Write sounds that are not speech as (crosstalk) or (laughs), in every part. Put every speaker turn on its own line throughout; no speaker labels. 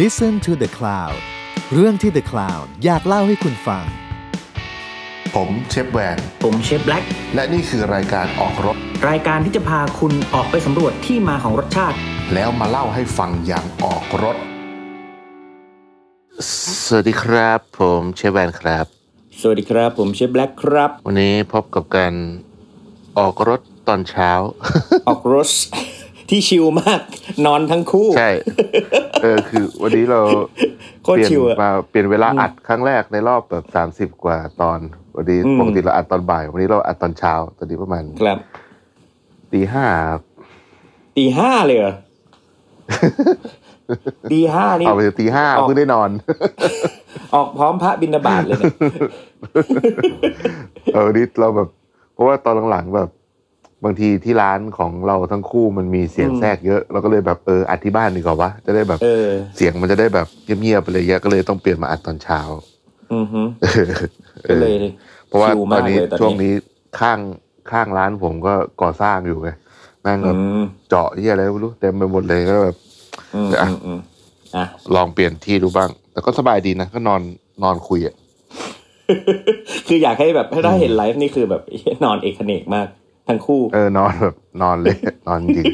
Listen to the Cloud เรื่องที่ The Cloud อยากเล่าให้คุณฟัง
ผมเชฟแวน
ผมเชฟแบล็ก
และนี่คือรายการออกรถ
รายการที่จะพาคุณออกไปสำรวจที่มาของรสชาติ
แล้วมาเล่าให้ฟังอย่างออกรถ สวัสดีครับ ผมเชฟแวนครับ
สวัสดีครับ ผมเชฟแบล็กครับ (laughs)
วันนี้พบกับการออกรถตอนเช้า (laughs)
ออกรส (laughs) ที่ชิลมาก (laughs) นอนทั้งคู่
ใช่ เออคือวันนี้เรา
โคตร
เปลี่ย
ชิ
น
ลอะ
มาเปลี่ยนเวลาอัดครั้งแรกในรอบแบบสามสิบ30 กว่าตอน วันนี้
อืม
ปกติเราอัดตอนบ่าย วันนี้เราอัดตอนเช้า ตอนนี้ประมาณ
ครับ
ตีห้าครับ
ตีห้าเลยเหร
(laughs)
อ ตีห้านี่
เอาไปถึงตีห้า
ออก
เพิ่งได้นอน (laughs)
ออกพร้อมพระบิณฑบาตเลยเนี่ย
เออนี่เราแบบ เพราะว่าตอนหลังๆแบบ บางทีที่ร้านของเราทั้งคู่มันมีเสียงแทรกเยอะ เราก็เลยแบบเอออัดที่บ้านดีกว่าวะจะได้แบบ
เออ
เสียงมันจะได้แบบเงียบๆไปเลยเงี้ยก็เลยต้องเปลี่ยนมาอัดตอนเช้า
อือฮึก็เลย
เพราะว่า
ชิล
ต
มา
อก นนี้
เลยตอน
ช่วงนี้ข้างข้างร้านผมก็ก่อสร้างอยู่ไงแม่งแบ
อื
บ
ม
เจาะเหี่อะไรไม่รู้เต็มไปหมดเลยก็แบบ
อืม
อ่ะ
อืมอืมอ่ะ (laughs)
ลองเปลี่ยนที่ดูบ้าง แต่ก็สบายดีนะก็นอนนอนคุยอ่ะ
คืออยากให้แบบให้ได้เห็นไลฟ์นี่คือแบบ (laughs) นอนเอกเขนกมาก ทั้งคู่
เออนอนแบบนอนเลย นอนจริง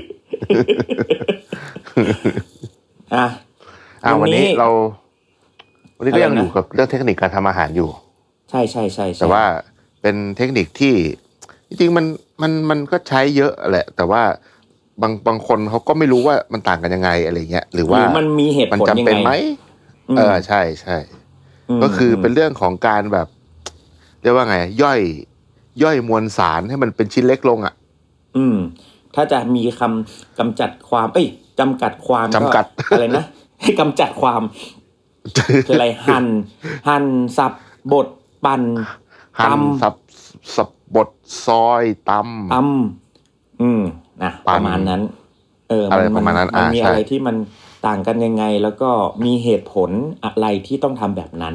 อ่ะ
อ่ะ
วั
วันน
นี้
นี้เรา วันนี้ก็
อะไรนะ
ยังอยู่กับเรื่องเทคนิคการทำอาหารอยู่
ใช่ใช่ใช่ใช่
แต่ว่าเป็นเทคนิคที่จริงๆมันมันมันก็ใช้เยอะแหละ แต่ว่าบางบางคนเขาก็ไม่รู้ว่ามันต่างกันยังไงอะไรเงี้ยหรือ
ห
ว่า
รือมันมีเหตุ
มัน
ผล
จำ
ยัง
เป็น
ไง
ไหม
อืม
เออใช่ใช่
ม
ก็คืออ
ม
เป็นเรื่องของการแบบ เรียกว่าไง ย่อย ย่อยมวลสารให้มันเป็นชิ้นเล็กลงอ่ะ
อืม ถ้าจะมีคำกำจัดความ เอ้ยจำกัดความ
จำกัด
อะไร
(laughs)
นะ ให้กำจัดความคืออะไรหันหันสับบดปั่น
หั่
ต
น
ำ
สับสับบดซอยต
ตำอืมนะ
ปั่
ป
น
ระมาณนั้น เออ
อะไรประมาณนั้น
มัน
อ่ามี
มีอะไร
ใช่
ที่มันต่างกันยังไง แล้วก็มีเหตุผลอะไรที่ต้องทำแบบนั้น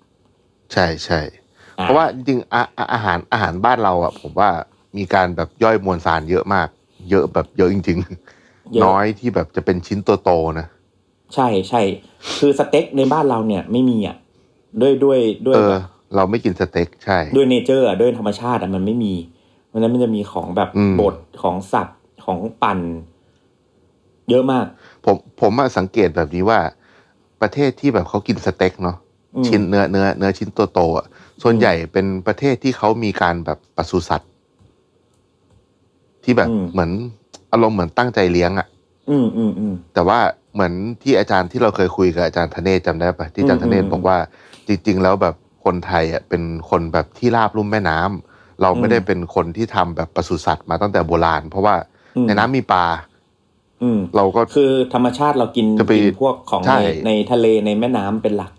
ำใช่ใช่
อ่
เพราะว่าจริงๆอาอาอาหารอาหารบ้านเราอ่ะ ผมว่ามีการแบบย่อยมวลสารเยอะมาก เยอะแบบเยอะจริง
เยอะ
ๆ น้อยที่แบบจะเป็นชิ้นโตๆนะ
ใช่ใช่คือสเต็กในบ้านเราเนี่ยไม่มีอ่ะด้วยด้วยด้วย
เออ
แบบ
เราไม่กินสเต็กใช่
ด้วยเนเจอร์อะด้วยธรรมชาติอ่ะมันไม่มีเพราะฉะนั้นมันจะมีของแบบ
อืม
บดของสับของปั่น เยอะมาก
ผมผมอะสังเกตแบบนี้ว่า ประเทศที่แบบเขากินสเต็กเนาะ
อืม
ชิ้นเนื้อเนื้อเนื้อชิ้นโตๆอะส่วนใหญ่เป็นประเทศที่เขามีการแบบปศุสัตว์ ที่แบบ
อืม
เหมือนอารมณ์เหมือนตั้งใจเลี้ยงอะ
อืมอืมอืม
แต่ว่าเหมือนที่อาจารย์ที่เราเคยคุยกับอาจารย์ธเนศจำได้ปะที่อาจารย์ธเนศ
อืม
บอกว่า จริง ๆ แล้วแบบคนไทยอะเป็นคนแบบที่ราบลุ่มแม่น้ำเรา
อื
ไม่
ม
ได้เป็นคนที่ทำแบบปศุสัตว์มาตั้งแต่โบราณ เพราะว่า
อืม
ในน้ำมีปลา
อืม
เราก็
คือธรรมชาติเรากิน
จะไป
กินพวกของ
ใช่
ในในทะเลในแม่น้ำเป็นหลัก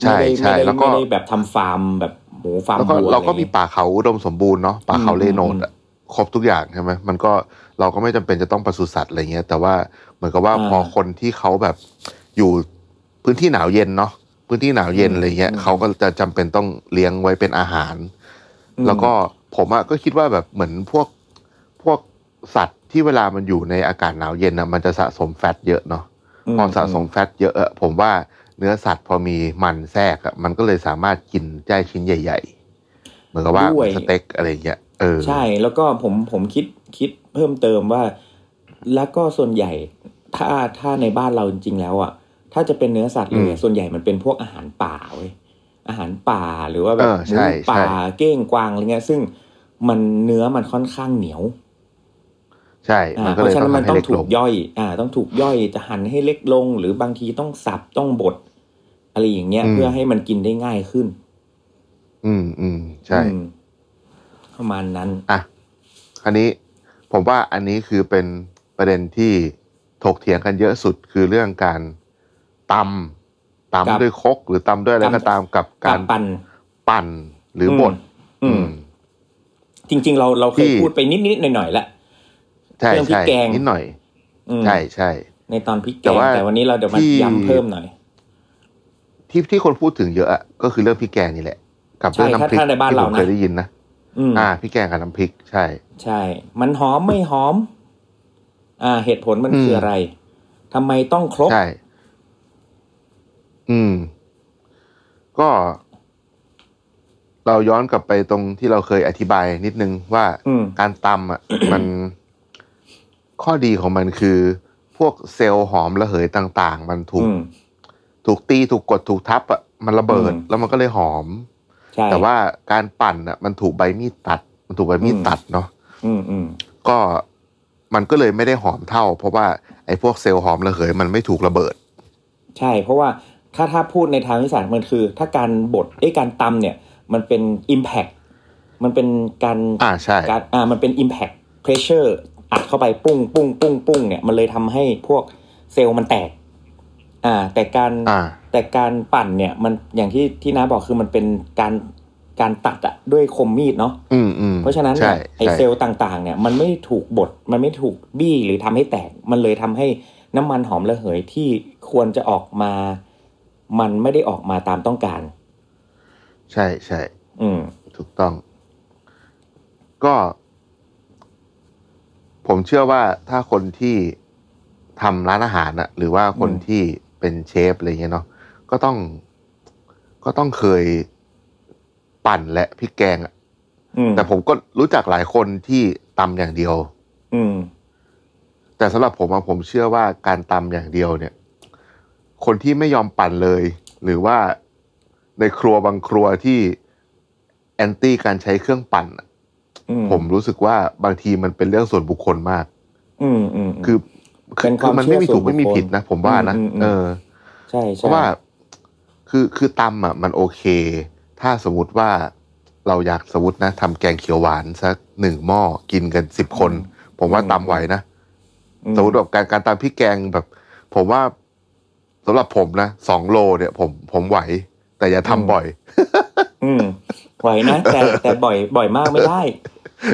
ใช่
ไม่ได้
ใช่
ไม่ได้
แล้วก็
ไม่ได้แบบทำฟาร์มแบบหมูฟาร์ม
แล้วก็
วัว
เราก็
อะไร
มี
งี้ย
ป่าเขาอุดมสมบูรณ์เนาะป่าเขา
อืม
เลโนดอะครบทุกอย่างใช่ไหมมันก็เราก็ไม่จำเป็นจะต้องปศุสัตว์อะไรเงี้ย แต่ว่าเหมือนกับว่า
อ่า
พอคนที่เขาแบบอยู่พื้นที่หนาวเย็นเนาะพื้นที่หนาวเย็นอะไรเงี้ย
อืม
เขาก็จะจำเป็นต้องเลี้ยงไว้เป็นอาหาร
อืม
แล้วก็ผมอะก็คิดว่าแบบเหมือนพวกพวกสัตว์ที่เวลามันอยู่ในอากาศหนาวเย็นนะมันจะสะสมแฟตเยอะเนาะ พอสะสมแฟตเยอะอะผมว่าเนื้อสัตว์พอมีมันแทรกอะมันก็เลยสามารถกินได้ชิ้นใหญ่ ๆ เหมือนกับว่า
ด้วย
สเต็กอะไรอย่างเงี้ยเออ
ใช่แล้วก็ผมผมคิดคิดเพิ่มเติมว่า แล้วก็ส่วนใหญ่ถ้าถ้าในบ้านเราจริงๆแล้วอ่ะ ถ้าจะเป็นเนื้อสัตว์เลยอะส่วนใหญ่มันเป็นพวกอาหารป่าเว้ยอาหารป่าหรือว่าแบ
เอบ อ
หมู
ใช่
ป่า
ใช่
เก้งกวางอะไรเงี้ย ซึ่งมันเนื้อมันค่อนข้างเหนียว
ใช่
อ่า
มัน
เพ
ก็เล
ราะ
ย
ฉะ
ต้
นั้
อง
นมัน
ทำให้
ต้อง
เล็ก
ถู
ล
ก
ง
ย่อย อ่า ต้องถูกย่อยจะหั่นให้เล็กลง หรือบางทีต้องสับต้องบดอะไรอย่างเงี้ยเพื่อให้มันกินได้ง่ายขึ้น
อืมอืมใช่
อืมประมาณนั้น
อ่ะอันนี้ผมว่าอันนี้คือเป็นประเด็นที่ถกเถียงกันเยอะสุดคือเรื่องการตำ
กับ
ตำด้วยครกหรือตำด้วยอะไร
ตำ
ก็ตามกับการ
บปั่น
ปั่นหรืออ
ม
บด
อืม
อืม
จริงๆ เราเราเคย
ที่
พูดไปนิด ๆ หน่อย ๆ แล้ว
ใช่
เครื่องพริก
ใช่
แกง
นิดหน่อย
อืม
ใช่ใช่
ในตอนพริกแก
แต่
ง
ว่า
แต่วันนี้เราเดี๋ยวมา
ที่
ย้ำเพิ่มหน่อย
ที่ที่คนพูดถึงเยอะอะก็คือเรื่องพริกแกงนี่แหละ กับ
ใช่
เรื่องน้ำพริก
ถ้าในบ้าน
ที่
เรา
ผม
นะ
เคยได้ยินนะ
อืม
อ่าพริกแกงกับน้ำพริกใช่
ใช่ มันหอมไม่หอม อ่า เหตุผลมัน
อืม
คืออะไรทำไมต้องครบ
ใช่ อืม ก็ เราย้อนกลับไปตรงที่เราเคยอธิบายนิดนึงว่า
อืม
การ
(coughs)
ตำอ่ะ มัน ข้อดีของมันคือ พวกเซลล์หอมระเหยต่าง ๆ มันถูก
อืม
ถูกตีถูกกดถูกทับอ่ะมันระเบิด
อืม
แล้วมันก็เลยหอม
ใช่
แต่ว่าการปั่นอ่ะ มันถูกใบมีดตัด มันถูกใบมีดตัดเนาะ
อืมอืม
ก็มันก็เลยไม่ได้หอมเท่า เพราะว่าไอ้พวกเซลล์หอมระเหยมันไม่ถูกระเบิด
ใช่ เพราะว่าถ้าถ้าพูดในทางวิทยาศาสตร์มันคือ ถ้าการบดไอ้ยการตำเนี่ย มันเป็น Impact มันเป็นการ
อ่าใช่
การอ่ามันเป็น impact pressure อัดเข้าไปปุ้งปุ้งปุ้งปุ้งเนี่ยมันเลยทำให้พวกเซลล์มันแตก อ่า แต่การ
อ่า
แต่การปั่นเนี่ยมันอย่างที่ที่น้าบอกคือมันเป็นการการตัดอะด้วยคมมีดเนาะ
อืมอืม
เพราะฉะนั้น
ใช่
เนี่ยไอ
ใช่
เซลล์ต่างๆ เนี่ยมันไม่ถูกบดมันไม่ถูกบี้หรือทำให้แตก มันเลยทำให้น้ำมันหอมระเหยที่ควรจะออกมา มันไม่ได้ออกมาตามต้องการ
ใช่ใช่
อืม
ถูกต้อง ก็ ผมเชื่อว่าถ้าคนที่ทำร้านอาหารอะหรือว่าคน
อืม
ที่เป็นเชฟอะไรเงี้ยเนาะก็ต้องก็ต้องเคยปั่นและพริกแกงอะ
อืม
แต่ผมก็รู้จักหลายคนที่ตำอย่างเดียว
อืม
แต่สำหรับผมอะผมเชื่อว่าการตำอย่างเดียวเนี่ย คนที่ไม่ยอมปั่นเลย หรือว่าในครัวบางครัวที่แอนตี้การใช้เครื่องปั่นอะ
อืม
ผมรู้สึกว่าบางทีมันเป็นเรื่องส่วนบุคคลมาก
อืมอืมม
คือคื
เป็น
อ
ความ
คือมันไม่มี
เชื่อส่
ถู
วน
ก
บุคคล
ไม่มีผิดนะ ผมว่านะ
อืมอืมอืม
เออ
ใช่
เพ
ใช่
ราะว่าคือคือตำอ่ะ มันโอเค ถ้าสมมติว่าเราอยากสมมตินะทำแกงเขียวหวานสักหนึ่งหม้อกินกันสิบคน ผมว่า
อืม
ตำไหวนะ
อื
สมมติแบบการการตำพริกแกงแบบ ผมว่าสำหรับผมนะสองโลเนี่ย ผมผมไหว แต่อย่า
อืม
ทำบ่อย
อืมไหวนะแต่แต่บ่อยบ่อยมากไม่ได้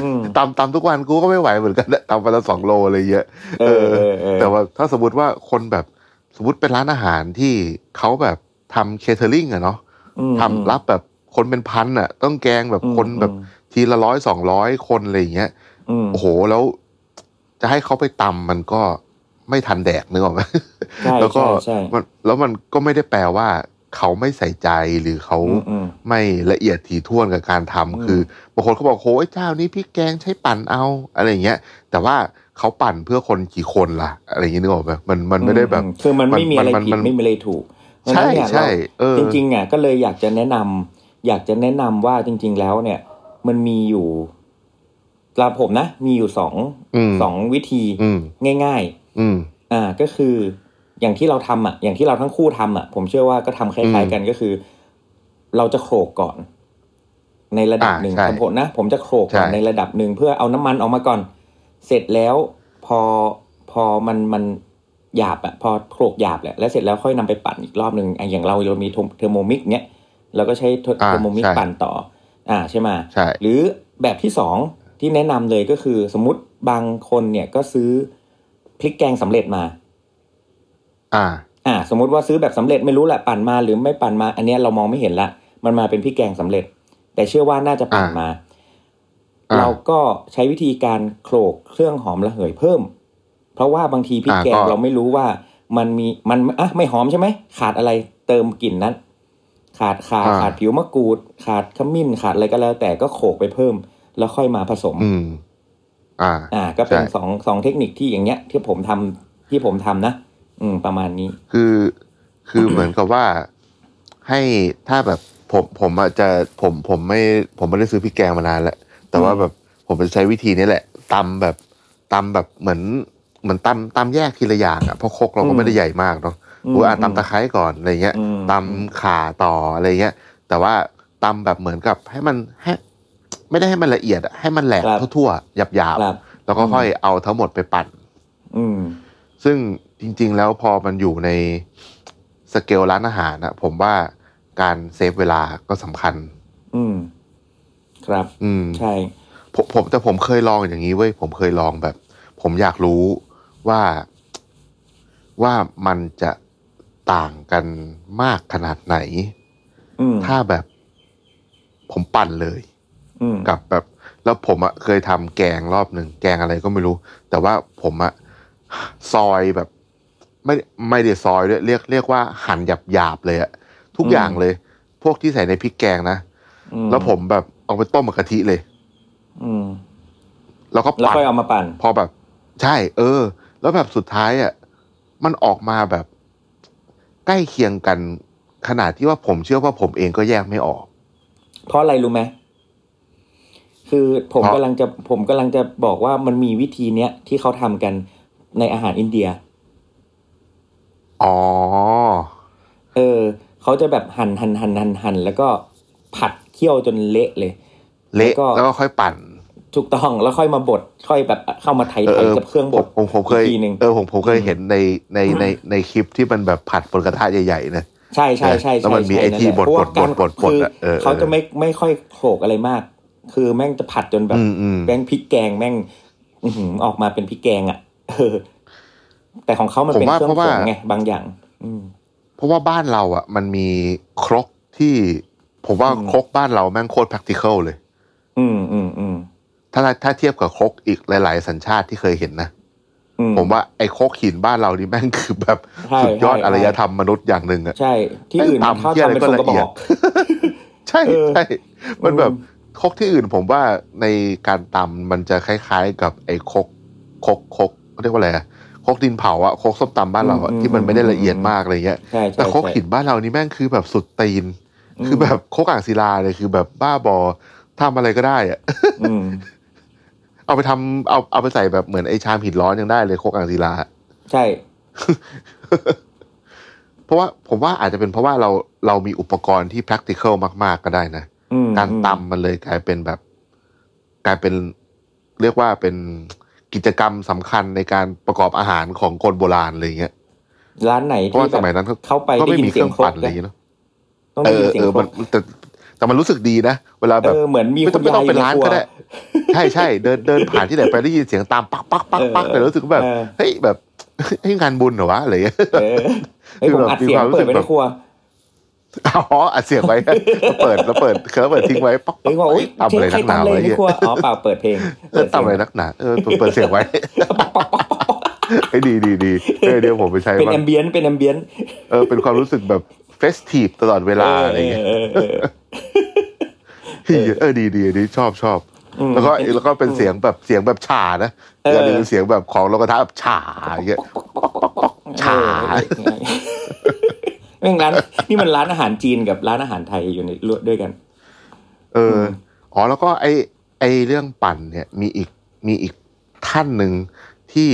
อืม
ตำตำทุกวันกูก็ไม่ไหวเหมือนกันนะต (laughs) ำวันละสองโลอะไรเงี้ยอะ
เออเออเออ
แต่ว่าถ้าสมมติว่าคนแบบสมมติเป็นร้านอาหารที่เขาแบบทำเคเทอริงอะเนาะ
อืม
ทำรับแบบคนเป็นพันอะต้องแกงแบบ
อืม
คนแบบทีละร้อยสองร้อยคนอะไรอย่างเงี้ย
อืม
โอ้โหแล้วจะให้เขาไปตำมันก็ไม่ทันแดกนึกออกไหม
ใช่
แล้วก็
ใช่ใช่
มันแล้วมันก็ไม่ได้แปลว่าเขาไม่ใส่ใจหรือเขา
อืมอืม
ไม่ละเอียดถี่ถ้วนกับการ
อื
ทำ
ม
คือบางคนเขาบอกโอ้ยเจ้านี้พี่แกงใช้ปั่นเอาอะไรอย่างเงี้ย แต่ว่าเขาปั่นเพื่อคนกี่คนล่ะ อะไรอย่างเงี้ยนึกออกไหมมันมันไม่ได้แบบ
อืคือมันไม่มีอะไร
มัน
ผิ
มั
ด
น
ไม่มีอะไรถูก
ใช่
เพราะฉะนั้นเนี่ย
ใช่
เรา
เออ
จริงๆอ่ะก็เลยอยากจะแนะนำอยากจะแนะนำว่าจริง ๆ แล้วเนี่ย มันมีอยู่สำหรับผมนะ มีอยู่สอง
อืม
สองวิธี
อืม
ง่าย ๆ
อืม
อ่าก็คืออย่างที่เราทำอ่ะ อย่างที่เราทั้งคู่ทำอ่ะ ผมเชื่อว่าก็ทำค
อื
ล้าย
ม
ๆกันก็คือ เราจะโขลกก่อน ในระดับ
อ่า
หนึ่ง
ใช่
ครับผมนะผมจะโขลกก่อน
ใช่
ในระดับหนึ่งเพื่อเอาน้ำมันออกมาก่อน เสร็จแล้วพอพอมันมันหยาบอ่ะพอโขลกหยาบแหละแล้วเสร็จแล้วค่อยนำไปปั่นอีกรอบหนึ่งอ่ะอย่างเราเรามีเทอร์เทอร์โมมิกเนี้ยเราก็ใช้เทอร์
อ่า
เทอร์โมมิก
ใช่
ปั่นต่อ อ่าใช่ไหมย
ใช่
หรือแบบที่สองที่แนะนำเลยก็คือ สมมติบางคนเนี่ยก็ซื้อพริกแกงสำเร็จมา
อ่า
อ่า สมมติว่าซื้อแบบสำเร็จไม่รู้แหละปั่นมาหรือไม่ปั่นมา อันเนี้ยเรามองไม่เห็นละ มันมาเป็นพริกแกงสำเร็จ แต่เชื่อว่าน่าจะปั่นมา
อ่า
เราก็ใช้วิธีการโขลกเครื่องหอมระเหยเพิ่ม เพราะว่าบางทีพริกแกง
อ่าก็
เราไม่รู้ว่ามันมีมันอ่ะไม่หอมใช่ไหมขาดอะไรเติมกลิ่นนั้น ขาดขา
อ่า
ขาดผิวมะกรูด ขาดขมิ้นขาดอะไรก็แล้ว แต่ก็โขลกไปเพิ่ม แล้วค่อยมาผสม
อืม อ่า
อ่าก็เป็น
ใช่
สองสองเทคนิคที่อย่างเงี้ยที่ผมทำที่ผมทำนะ อืมประมาณนี้
คือคือ เหมือนกับว่าให้ถ้าแบบผมผมอะจะผมผมไม่ผมไม่ได้ซื้อพริกแกงมานานแล้วแต่ว่า
อืม
แบบผมจะใช้วิธีนี้แหละตำแบบตำแบบเหมือนเหมือนตำตำแยกทีละอย่างอ่ะเพราะครกเราก็ไม่ได้ใหญ่มากเนาะ
ม
หรืออ่ะ
อืม
ตำตะไคร้ก่อนอะไรเงี้ย
อืม
ตำข่าต่ออะไรเงี้ย แต่ว่าตำแบบเหมือนกับให้มันให้ไม่ได้ให้มันละเอียดอะให้มันแหลก
ครับ
ทั่วๆหยาบ
ครับ
ๆแล้วก็ค่อยเอาทั้งหมดไปปั่น
อืม
ซึ่งจริง ๆ แล้วพอมันอยู่ในสเกลร้านอาหารนะผมว่าการเซฟเวลาก็สำคัญ
อืม ครับ
อืม
ใช่
ผมผมแต่ผมเคยลองอย่างนี้เว้ยผมเคยลองแบบ ผมอยากรู้ว่าว่ามันจะต่างกันมากขนาดไหน
อืม
ถ้าแบบผมปั่นเลย
อืม
กับแบบ แล้วผมอะเคยทำแกงรอบหนึ่งแกงอะไรก็ไม่รู้ แต่ว่าผมอะซอยแบบ ไม่ไม่ได้ซอยด้วยเรียกเรียกว่าหั่นหยาบหยาบๆเลยอะทุกอย่างเลย พวกที่ใส่ในพริกแกงนะ
อื
แล้วผมแบบเอาไปต้มกับกะทิเลย
อืม
แล้วก็
แล้ว
ปั่น
ค่อยเอามาปั่น
พอแบบ ใช่ เออ แล้วแบบสุดท้ายอะมันออกมาแบบ ใกล้เคียงกันขนาดที่ว่าผมเชื่อว่าผมเองก็แยกไม่ออก
เพราะอะไรรู้ไหมคือผม
เพราะ
กำลังจะผมกำลังจะบอกว่ามันมีวิธีเนี้ยที่เขาทำกันในอาหารอินเดีย
อ๋อ
เออเขาจะแบบหั่นหั่นหั่นหั่นหั่นแล้วก็ผัดเคี่ยวจนเละเลย
เละ
แล้วก็
แล้วก็ค่อยปั่น
ถูกต้องแล้วค่อยมาบดค่อยแบบเข้ามาไถ
เออ
ไถ
เออ
กับเครื่องบ
ผม
ด
ผมผมเคย
อีกทีหนึ่ง
เออผมผมเคย
อืม
เห็นในในในในคลิปที่มันแบบผัดบนกระทะใหญ่ๆนะ
ใช่ใช่ใช่
แล้ว
ใช่
มันมี
ใช่
ไอ้ที่
แหละ
บด
เพราะว่า
บด
การ
บดบด
คือ
อะเออเออ
เขาจะไม่ไม่ค่อยโขลกอะไรมาก คือแม่งจะผัดจนแบบ
อืมอืม
แม่งพริกแกงแม่ง อื้อหือออกมาเป็นพริกแกงอ่ะ (laughs) เออ แต่ของเขามันเป็น
ผมว่า
เครื่อง
เพ
ผ
ราะ
ง
ว่า
ไงบางอย่าง อืม
เพราะว่าบ้านเราอ่ะ มันมีครกที่ ผมว่า
อืม
ครกบ้านเราแม่งโคตร practical เลย
อืมอืมอืม
ถ้าถ้าเทียบกับครกอีกหลาย ๆ สัญชาติที่เคยเห็นนะ
อื
ผมว่าไอ้ครกหินบ้านเรานี่แม่งคือแบบ
ใช่
สุดยอด
ใช่
อารยธรรมมนุษย์อย่างหนึ่งอ่ะ
ใช่ ที่อื่นมัน
ตำ
เขา
เหี้ยอะ
ทำ
ไร
เป็นทร
ก็
งกระบ
ละเอีย
อ
ด
ก
ใช่
เออ
ใช่ มันแบบ
อืม
ครกที่อื่น ผมว่าในการตำมันจะคล้าย ๆ กับไอ้ครกครกครกเขาเรียกว่าอะไรอะครกดินเผาอะครกส้มตำบ้านเราอะ
อืม
ที่มันไม่ได้ละเอียด
อืม
มากอะไรเงี้ย
ใช่ใช่
แต่ครก
ใช่
หินบ้านเรานี่แม่งคือแบบสุดตีน
อืม
คือแบบโคกอ่างศิลาเลยคือแบบบ้าบอทำอะไรก็ได้อะ
อืม
เอาไปทำเอาเอาไปใส่แบบเหมือนไอชามหินร้อนยังได้เลยโคกอ่างศิลา
ใช่
เพราะว่าผมว่าอาจจะเป็นเพราะว่าเราเรามีอุปกรณ์ที่ practical มาก ๆ ก็ได้นะ
อืม
การตำมันเลยกลายเป็นแบบ กลายเป็นเรียกว่าเป็นกิจกรรมสำคัญในการประกอบอาหารของคนโบราณอะไรอย่างเงี้ย
ร้านไหน
เพ
ที่
ราะว่า
แบ
ส
บ
มัยนั้นก็
เข้าไป
ก็
ได้ยิน
ไม่มีเค
เสีย
รื่อง ง
คร
ปั่
ก
นอะไร
นะ
อย่างเงี้ยเนาะ
ต้อง
เอ
ได้ยิ
อน
เสีย
เอง อ
คร
มัน
ก
แต่แต่มันรู้สึกดีนะ เวลาแบ
เอบ อเหมือนมี
ไม่
คุ
ต้อง
ณ
ไม่
ยา
ต้
อ
อย งเป็น
ยู่ใน
ร้าน
ครัว
ก็ได้ ใช่ใช่เดินเดินผ่านที่ไหนไปได้ยินเสียงตามปักปักปักปัก
เออ
เลยรู้สึกแบบ
เออ
เฮ้ยแบบเฮ้ยงานบุญเหรอวะอะไรอย่างเงี้ย
เออเฮ้ยผมอัด
มี
เสียง
ความรู้
เปิ
สึ
ด
ก
ไว้
แบ
ใน
บ
ครัว
อ๋ออัดเสียงไว้แล้วเปิดแล้วเปิดแล้วเปิดทิ้งไว้ปักปั
เฮ้ย
ก
ว่าโอ๊ย
ทำอะไร
ใคร
นักหนา
ตำเล
วะ
ย
ไร
ใน
เงี้ย
ครัวอ๋อเปล่าเปิดเพลง
เออทำอะไรนักหนาเออเปิดเปิดเสียงไว้ไอ้ยดีดีดีเออเดี๋ยว
(laughs)
ผมไปใช้
เป็น
บ้าง
แอมเบียนเป็นแอมเบียน
เออเป็นความรู้สึกแบบเฟสทีฟตลอดเวลาอะไรเงี้ย
เออเออ
เออดีดีอันนี้ชอบชอบ
อืม
แล้วก็แล้วก็เป็นเสียงแบบเสียงแบบฉ่านะ
เออ
อย่าลืมเสียงแบบของโลกระทะแบบฉ่าอย่างเงี้ย ฉา
เออแม่งร้านนี่มันร้านอาหารจีนกับร้านอาหารไทยอยู่ในรวมด้วยกัน
เออออ๋อ แล้วก็ไอไอเรื่องปั่นเนี่ยมีอีกมีอีกท่านหนึ่งที่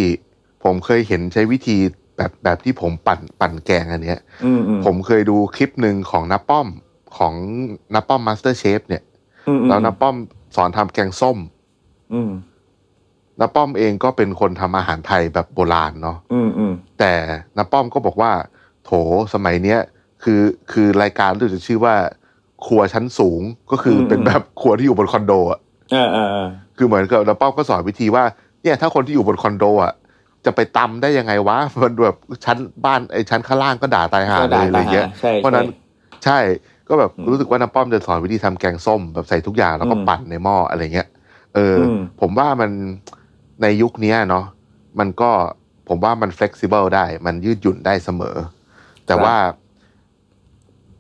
ผมเคยเห็นใช้วิธีแบบแบบที่ผมปั่นปั่นแกงอันเนี้ย
อืมอืม
ผมเคยดูคลิปหนึ่งของน้าป้อมของน้าป้อมมาสเตอร์เชฟเนี่ย
อืมอืม
แล้วน้าป้อมสอนทำแกงส้ม
อืม
น้าป้อมเองก็เป็นคนทำอาหารไทยแบบโบราณเนาะ
อืมอืม
แต่น้าป้อมก็บอกว่า โถสมัยเนี้ยคือคือรายการรู้จะชื่อว่า ครัวชั้นสูงก็คือเป็นแบบครัวที่อยู่บนคอนโดอะ
เออเออเออ
คือเหมือนกับเราเป้าก็สอนวิธีว่าเนี่ยถ้าคนที่อยู่บนคอนโดอ่ะจะไปตำได้ยังไงวะ มันแบบชั้นบ้านไอ้ชั้นข้างล่างก็ด่าตายหา
ก็
เล
ด่าย
อะไรเงี้ย
ตายหาใช่
เพราะฉะนั้น
ใช่
ใช่ก็แบบ
อืม
รู้สึกว่าน้าป้อมจะสอนวิธีทำแกงส้ม แบบใส่ทุกอย่างแล้วก็
อืม
ปั่นในหม้ออะไรเงี้ยเอออ
ม
ผมว่ามันในยุคเนี้ยเนาะมันก็ผมว่ามัน flexible ได้ มันยืดหยุ่นได้เสมอ แต่ว่า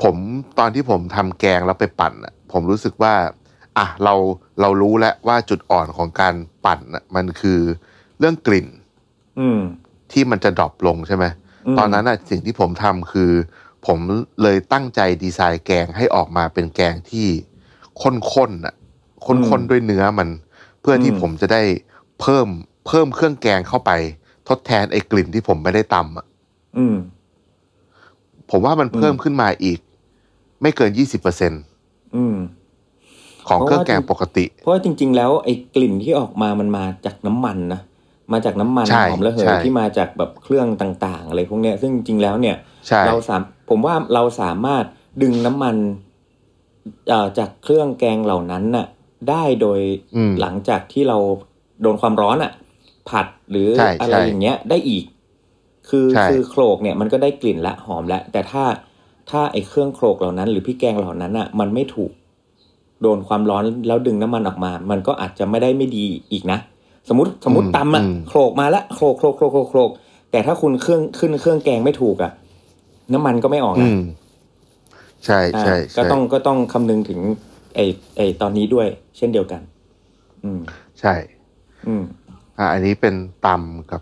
ผมตอนที่ผมทำแกงแล้วไปปั่นน่ะผมรู้สึกว่า อ่ะเราเรารู้แล้วว่าจุดอ่อนของการปั่นน่ะมันคือเรื่องกลิ่น
อืม
ที่มันจะดรอปลงใช่ไหม
ม
ตอนนั้นน่ะสิ่งที่ผมทำคือ ผมเลยตั้งใจดีไซน์แกงให้ออกมาเป็นแกงที่ข้นๆน่ะข้นๆด้วยเนื้อมัน เพื่อที่ผมจะได้เพิ่มเพิ่มเครื่องแกงเข้าไป ทดแทนไอ้กลิ่นที่ผมไม่ได้ตำอ่ะ
อืม
ผมว่ามันเพิ่มขึ้นมาอีก ไม่เกินยี่สิบเปอร์เซ็น
อืม
ของเครื่องแกงปกติ
เพราะว่าจริง ๆ แล้วไอ้กลิ่นที่ออกมามันมาจากน้ำมันนะ มาจากน้ำมัน
ใช่
หอมระเห
ใช่
ยที่มาจากแบบเครื่องต่างๆ อะไรพวกเนี้ย ซึ่งจริงๆ แล้วเนี่ย
ใช่
เราสามผมว่าเราสามารถดึงน้ำมันเอ่อจากเครื่องแกงเหล่านั้นน่ะ ได้โดย
อืม
หลังจากที่เราโดนความร้อนอ่ะ ผัดหรือ
ใช่
อะ
ใช่
ไรอย่างเงี้ยได้อีก คือ
ใช่
คือโคลกเนี่ยมันก็ได้กลิ่นละหอมละแต่ถ้าถ้าไอ้เครื่องโคลกเหล่านั้น หรือพริกแกงเหล่านั้นอ่ะ มันไม่ถูกโดนความร้อนแล้วดึงน้ำมันออกมา มันก็อาจจะไม่ได้ไม่ดีอีกนะ สมมติสมมติ
อืม
ตำอ่ะ
อืม
โคลกมาละโคลกโคลกโคลกโคลกโคลก แต่ถ้าคุณเครื่องขึ้นเครื่องแกงไม่ถูกอะน้ำมันก็ไม่ออก
อื
นะ
ม ใช่ใช่
อ่าก็
ใช่
ต้องก็ต้องคำนึงถึงไอไอตอนนี้ด้วย เช่นเดียวกัน อืม
ใช่
อืม
อ่ะอันนี้เป็นตำกับ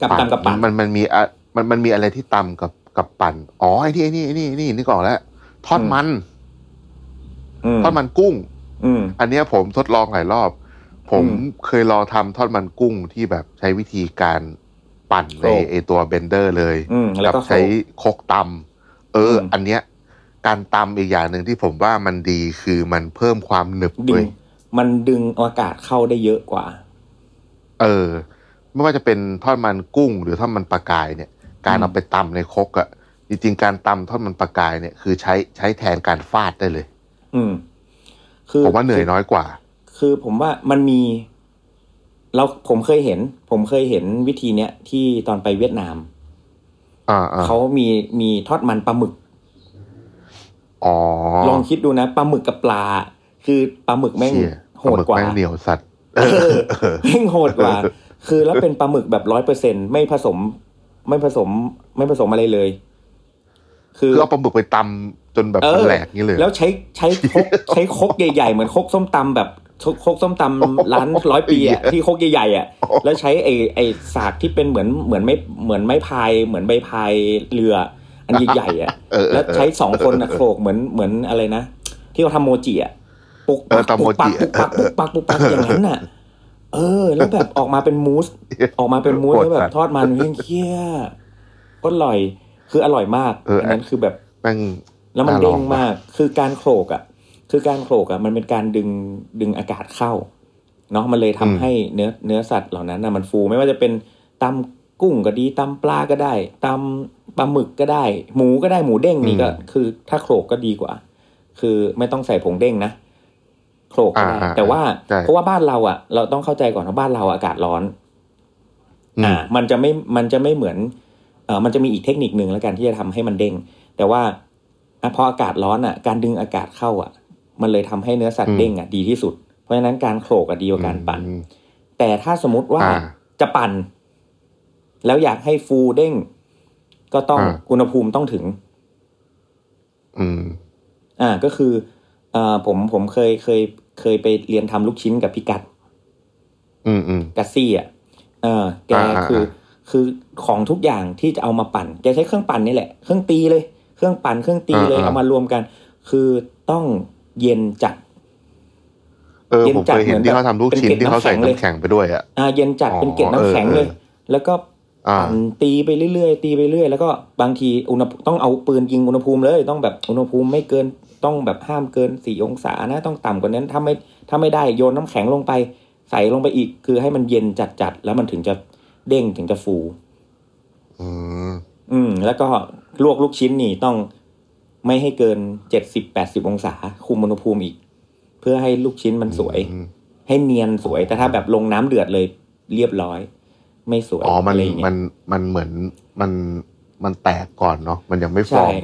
กับตามกับปั่น
มันมันมีอะมันมันมีอะไรที่ตำกับกับปั่นอ๋อไอ้นี่ไอ้นี่ไอ้นี่ไอ้นี่นึกออกแล้วทอดมัน
อืม
ทอดมันกุ้ง
อืม
อันเนี้ยผมทดลองหลายรอบ ผม
อืม
เคยลองทำทอดมันกุ้งที่แบบใช้วิธีการปั่นใน
โอ้
ไอตัวเบนเดอร์เลย
อืมแล้วก็
ใช้ครกตำเอออ
ม
อันเนี้ย การตำอีกอย่างหนึ่งที่ผมว่ามันดีคือมันเพิ่มความหนึบ
ดึ
เล
ง
ย
มันดึงอากาศเข้าได้เยอะกว่า
เออ ไม่ว่าจะเป็นทอดมันกุ้ง หรือทอดมันปลากายเนี่ย การ
อืม
เอาไปตำในครกอะ่ะจริงๆการตำทอดมันปลากายเนี่ยคือใช้ใช้แทนการฟาดได้เลย
อืม คือ
ผมว่าเหนื่อยน้อยกว่า
คือผมว่ามันมี เราผมเคยเห็น ผมเคยเห็นวิธีเนี้ยที่ตอนไปเวียดนาม
อ่าอ่า
เขามีมีทอดมันปลาหมึก
อ๋อ
ลองคิดดูนะปลาหมึกกับปลา คือปลาหมึกแม่ง
เชี่ย
โหดกว่า
ปลหมึแม่งเหนียวสัตว์
เออ (laughs) แม่งโหดกว่า คือแล้วเป็นปลาหมึกแบบร้อยเปอร์เซ็นไม่ผสม ไม่ผสม ไม่ผสมอะไรเลย คือ
คือเอาปลาหมึกไปตำจนแบบ
เอ
มัน
อ
แหลกนี่เลยเหรอ
แล้วใช้ใช้ครกใช้ครกใหญ่ๆเหมือนครกส้มตำแบบครกส้มตำ
(laughs)
ร้านร้อยปีอ่ะที่ครกใหญ่ๆอ่ะ แล้วใช้ไอ้ไอ้สากที่เป็นเหมือนเหมือนไม่เหมือนไม้พาย เหมือนใบพายเรือ อันใหญ่ๆอ่ะ
เออเออ
แล้วใช้
เออ
สองคนน่ะโขกเหมือนเหมือนอะไรนะ ที่เขาทำโมจิอ่ะปุก
เอ
ปั
อก ทำ
ปุ
โม
กปั
จิ
กปุกปักปุกปักปุกปักอย่างนั้นน่ะ เออ แล้วแบบออกมาเป็นมูส ออกมาเป็นมูส
โคตร
แล้วแบบทอดมันเฮ้ยเคี้ยก็อร่อย คืออร่อยมาก
เอออั
นนั้นคือแบบ
แม่ง
แล้วมัน
น่าล
เด้
อง
ง
ว่ะ
มาก คือการโขลกอ่ะ คือการโขลกอ่ะ มันเป็นการดึงดึงอากาศเข้า เนาะ มันเลยทำให้เนื้อเนื้อสัตว์เหล่านั้นนะมันฟู ไม่ว่าจะเป็นตำกุ้งก็ดีตำปลาก็ได้ตำปลาหมึกก็ได้ หมูก็ได้ หมูเด้งนี่ก็ คือ ถ้าโขลกก็ดีกว่า คือไม่ต้องใส่ผงเด้งนะ โขลกก็ได้
อ่าๆ
แต่ว่า
ใช่
เพราะว่าบ้านเราอ่ะ เราต้องเข้าใจก่อนว่าบ้านเราอากาศร้อน
อื
อ่าม มันจะไม่ มันจะไม่เหมือนเออมันจะมีอีกเทคนิคหนึ่งแล้วกันที่จะทำให้มันเด้ง แต่ว่าอ่ะพออากาศร้อนอ่ะ การดึงอากาศเข้าอ่ะ มันเลยทำให้เนื้อสัตว์เด้งอ่ะดีที่สุด เพราะฉะนั้นการโขลกอ่ะดีกว่าการปั่น
อืม
แต่ถ้าสมมติว่า
อ่า
จะปั่น แล้วอยากให้ฟูเด้ง ก็ต้อง
อ่า
อุณหภูมิต้องถึง
อืม
อ่าก็คือเอ่อผมผมเคยเคยเคยไปเรียนทำลูกชิ้นกับพี่กัด
อืมอืม
กัซซี่อ่ะเออแก
อ่าอ่า
คือ
อ่า
คือของทุกอย่างที่จะเอามาปั่น แกใช้เครื่องปั่นนี่แหละ เครื่องตีเลย เครื่องปั่น เครื่องตีเลย เอามารวมกัน คือต้องเย็นจัด
เออ
เย็น
ผม
จัด
เคยเห็น
เหมือน
ที่เขาทำลูกชิ้น
เป็นเกล็ด
ที่เขาใส่
น้ำแข็งเลย
น้ำแข็งไปด้วยอ่ะ
อ่า เย็นจัดเป็นเกล็ดน้ำแข็งเลย
อ๋อเออ
แล้วก็
อ่า
ปั่นตีไปเรื่อยๆ ตีไปเรื่อยแล้วก็บางทีอุณหภูมิต้องเอาปืนยิงอุณหภูมิเลย ต้องแบบอุณหภูมิไม่เกิน ต้องแบบห้ามเกินสี่องศานะ ต้องต่ำกว่านั้น ถ้าไม่ ถ้าไม่ได้โยนน้ำแข็งลงไป ใส่ลงไปอีก คือให้มันเย็นจัดๆ แล้วมันถึงจะเด้งถึงจะฟู
อืม
อืมแล้วก็ลวกลูกชิ้นนี่ต้องไม่ให้เกินเจ็ดสิบแปดสิบองศา คุมอุณหภูมิอีก เพื่อให้ลูกชิ้นมันสวย
อืม
ให้เนียนสวย แต่ถ้าแบบลงน้ำเดือดเลยเรียบร้อย ไม่สวย
อ๋อมัน
อะไรอย่างเงี้
มั
ย
นมันเหมือนมันมันแตกก่อนเนาะมันยังไม่ฟอร์ม
ใช่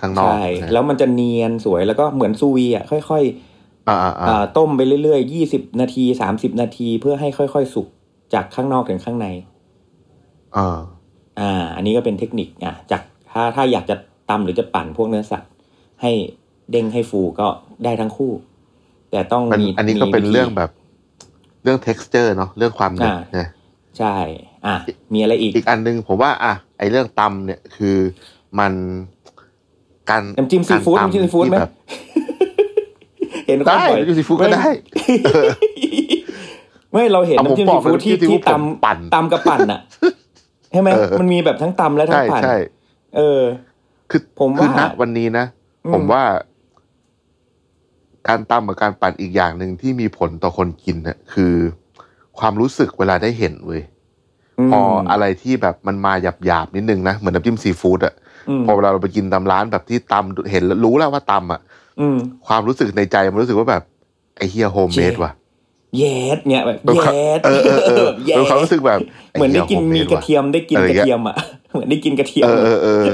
ข้างนอก
ใช่
นะ
แล้วมันจะเนียนสวยแล้วก็เหมือนซูวีอ่ะค่อย
อ่าอ่า
ๆ
อ่า
อ่าต้มไปเรื่อยๆยี่สิบนาทีสามสิบนาที เพื่อให้ค่อยๆ สุกจากข้างนอกถึงข้างใน
อ่า
อ่า อันนี้ก็เป็นเทคนิคอ่ะจากถ้าถ้าอยากจะตำหรือจะปั่นพวกเนื้อสัตว์ ให้เด้งให้ฟูก็ได้ทั้งคู่ แต่ต้อง
มัน
มี
อันนี้ก็
มี
เป็น
วิธี
เรื่องแบบเรื่อง texture เนาะเรื่องความหนึบ
อ่า
นะ
ใช่ อ่ะมีอะไรอีก
อีกอันนึงผมว่า อ่ะไอเรื่องตำเนี่ยคือมันการ
น้ำจิ้มซีฟู้ด
การ
น้ำจิ้มซีฟู้ดไหม (laughs)
ที่แบบ
เห็นเขา
ได้
บ่อย
น้ำจิ้มซีฟู้ดก็ได้
ไม่เราเห็น
เอาผม
น้ำจิ้ม
บ
ซี
อก
ฟู้ดที่
น้ำจิ้มซีฟู้
ที่
ดผม
ตำ
ปั่น
ตำกับปั่นอ่ะใช่ไหม
เออ
มันมีแบบทั้งตำและทั้
ใช่
งปั่น
ใช่
เออ
คือ
ผมว่า
คือณวันนี้นะ
อืม
ผมว่า การตำกับการปั่นอีกอย่างหนึ่งที่มีผลต่อคนกินน่ะคือ ความรู้สึกเวลาได้เห็นเว้ย
ม
พออะไรที่แบบมันมาหยาบหยาบๆนิดนึงนะ เหมือนน้ำจิ้มซีฟู้ดอะ
อืม
พอเวลาเราไปกินตามร้านแบบที่ตำเห็นแล้วรู้แล้วว่าตำอะ
อืม
ความรู้สึกในใจมันรู้สึกว่าแบบ ไอ้เฮียโฮมเมด
เจ๊
ว่ะ
แยดเนี่ยแบบแยด
เออเออเออ
แบบแย
เออความ
ด
รู้สึกแบบ
เหมือนได้กินมี
ไอ้
กระเที
เหี้ย
ยมได้กิน
อะไร
กระ
อย่าง
เที
เงี้ย
ยมอ่ะ (laughs) เหมือนได้กินกระเทียม
เอ
อะ
อเออเออ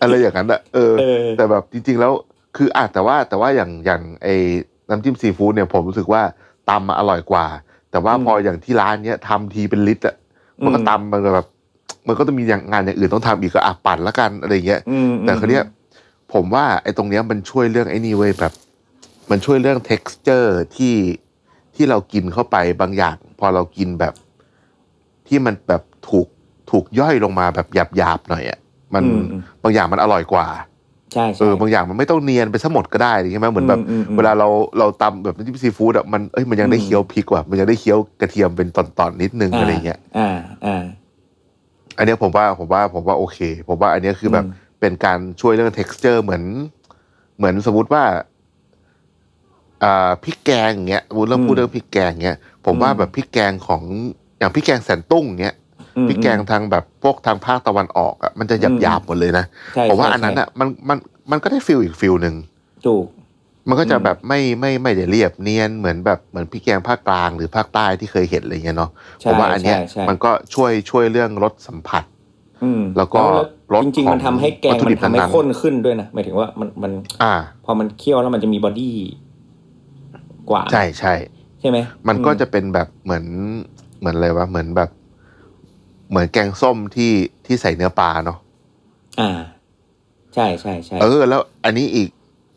อะไรอย่างนั้นอะเออ
เออ
แต่แบบจริง ๆ แล้วคืออ่ะแต่ว่าแต่ว่าอย่างอย่างไอ้น้ำจิ้มซีฟู้ดเนี่ยผมรู้สึกว่าตำอะอร่อยกว่า แต่ว่า
อืม
พออย่างที่ร้านเนี้ยทำทีเป็นลิตรอะ
อืม
มันก็ตำมันก็แบบ มันก็จะมีอย่างงานอย่างอื่นต้องทำอีกก็อ่ะปั่นละกันอะไรเงี้ย
อืม
แต่คราวเนี้ยผมว่าไอ้ตรงเนี้ยมันช่วยเรื่องไอ้นี่เว้ยแบบ มันช่วยเรื่อง t e x t อร์ที่ที่เรากินเข้าไปบางอย่าง พอเรากินแบบ ที่มันแบบถูกถูกย่อยลงมาแบบหยาบๆหน่อยอะ่ะมัน
อือื
บางอย่างมันอร่อยกว่า
ใช่ใช่
เออบางอย่างมันไม่ต้องเนียนไปซะหมดก็ได้ใช่ไหมเหมือนแบบ
อืม
เวลาเราเราตำแบบน้ำจิ้มซีฟู้ดอ่ะมันเอ้ยมันยังได้
อืม
เคี้ยวพริกว่ะมันยังได้เคี้ยวกระเทียมเป็นตอนๆนิดนึงอะไรเงี้ย
อ่าอ่า
อันเนี้ยผมว่าผมว่าผมว่าโอเค ผมว่าอันเนี้ยคือแบบ
อืม
เป็นการช่วยเรื่อง texture เหมือน เหมือนสมมติว่าอ่าพริกแกงอย่างเงี้ยพูดเรื่องพูดเรื่องพริกแกงเงี้ยผมว่าแบบพริกแกงของอย่างพริกแกงแสนตุ้งเงี้ย
อืม
พริกแกงทางแบบพวกทางภาคตะวันออกอ่ะมันจะหยาบหยาบๆหมดเลยนะ
ใช่
ผมว่า
ใช่
อันนั้น
ใช่
อ่ะมันมันมันก็ได้ฟิลอีกฟิลหนึ่ง
ถูก
มันก็จะ
อืม
แบบไม่ไม่ไม่ได้เรียบเนียนเหมือนแบบเหมือนพริกแกงภาคกลางหรือภาคใต้ที่เคยเห็นอะไรเงี้ยเนาะ
ใช่
ผมว่าอันเนี้ย
ใช่ใช่
มันก็ช่วยช่วยเรื่องรสสัมผัส
อืม
แล้วก็
แล้
ล
ว
ด
จริง
ข
ๆ
อง
มันทำให้แก
วั
ง
ตถุ
มั
ดิ
น
บ
ทำให้
ต่างๆ
ข้นขึ้นด้วยนะหมายถึงว่ามันมัน
อ่า
พอมันเคี่ยวแล้วมันจะมีบอดี้กว่า
ใช่ใช่
ใช่ไหม
มันก็
อื
จะเป็นแบบเหมือนเหมือนอะไรวะเหมือนแบบ เหมือนแกงส้มที่ที่ใส่เนื้อปลาเนาะ
อ่า ใช่ใช่ใช่
เออ แล้วอันนี้อีก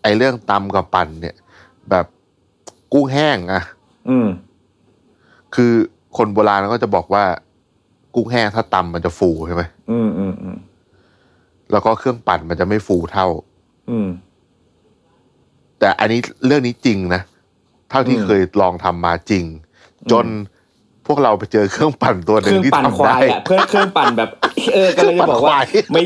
ไอเรื่องตำกับปั่นเนี่ย แบบกุ้งแห้งอะ
อืม
คือคนโบราณก็จะบอกว่า กุ้งแห้งถ้าตำมันจะฟูใช่ไหม
อืมอืมอืม
แล้วก็เครื่องปั่นมันจะไม่ฟูเท่า
อืม
แต่อันนี้เรื่องนี้จริงนะ เท่าที่
อืม
เคยลองทำมาจริง จนพวกเราไปเจอเครื่องปั่นตัวห
เค
นึ่ง
รื่อง
ที่
ปั่นค
ทำ
วา
ได้
ยอ่ะเพื่อนเครื่องปั่นแบบ (laughs) เออกำลังจะบอกว่า
เครื่องปั่นควาย
ไม่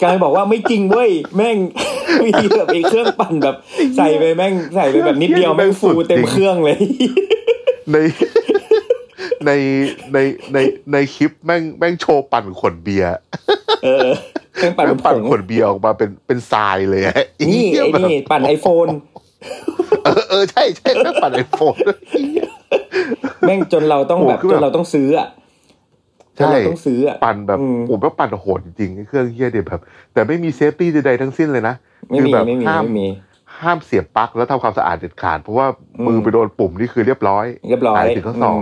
กำลังบอกว่าไม่จริงเว้ยแม่ง (laughs) มีแบบไอ้เครื่องปั่นแบบ ใส่ไปแม่งใส่ไปแบบนิดเดียวแม่งฟูเต็มเครื่องเลย
ใน (laughs) ในในในในคลิปแม่งแม่งโชว์ปั่นขวดเบียร์
เออเครื่องปั่น
แม่ง
ผ
ปั่น
ง
ขวดเบียร์ออกมาเป็นเป็นทรายเลยอะ
นี่
เหี้ย
ไอ้
แบบ
นี่ปั่นไอโฟน
เออเออใช่ใช่แม่งปั่นไอโฟน
(laughs) แม่งจนเราต้องแบบ
โอ้คือ
จ
แบบ
นเราต้องซื้ออ่ะจน
ใช่
เราต้องซื้ออ่ะ
ปั่นแบบ
อืม
โอ้แม่งปั่นโหดจริงไอ้เครื่องเฮี้ยเดียแบบ แต่ไม่มีเซฟตี้ใดๆทั้งสิ้นเลยนะ
ไม่
คือ
มี
แบบ
ไม่มี
ห้าม
ไม่มี
ห้ามเสียบปลั๊กแล้วทำความสะอาดเด็ดขาด เพราะว่า
อืม
มือไปโดนปุ่มนี่คือเรียบร้อย
เรียบร้อย
หายถึงข้อสอง
ม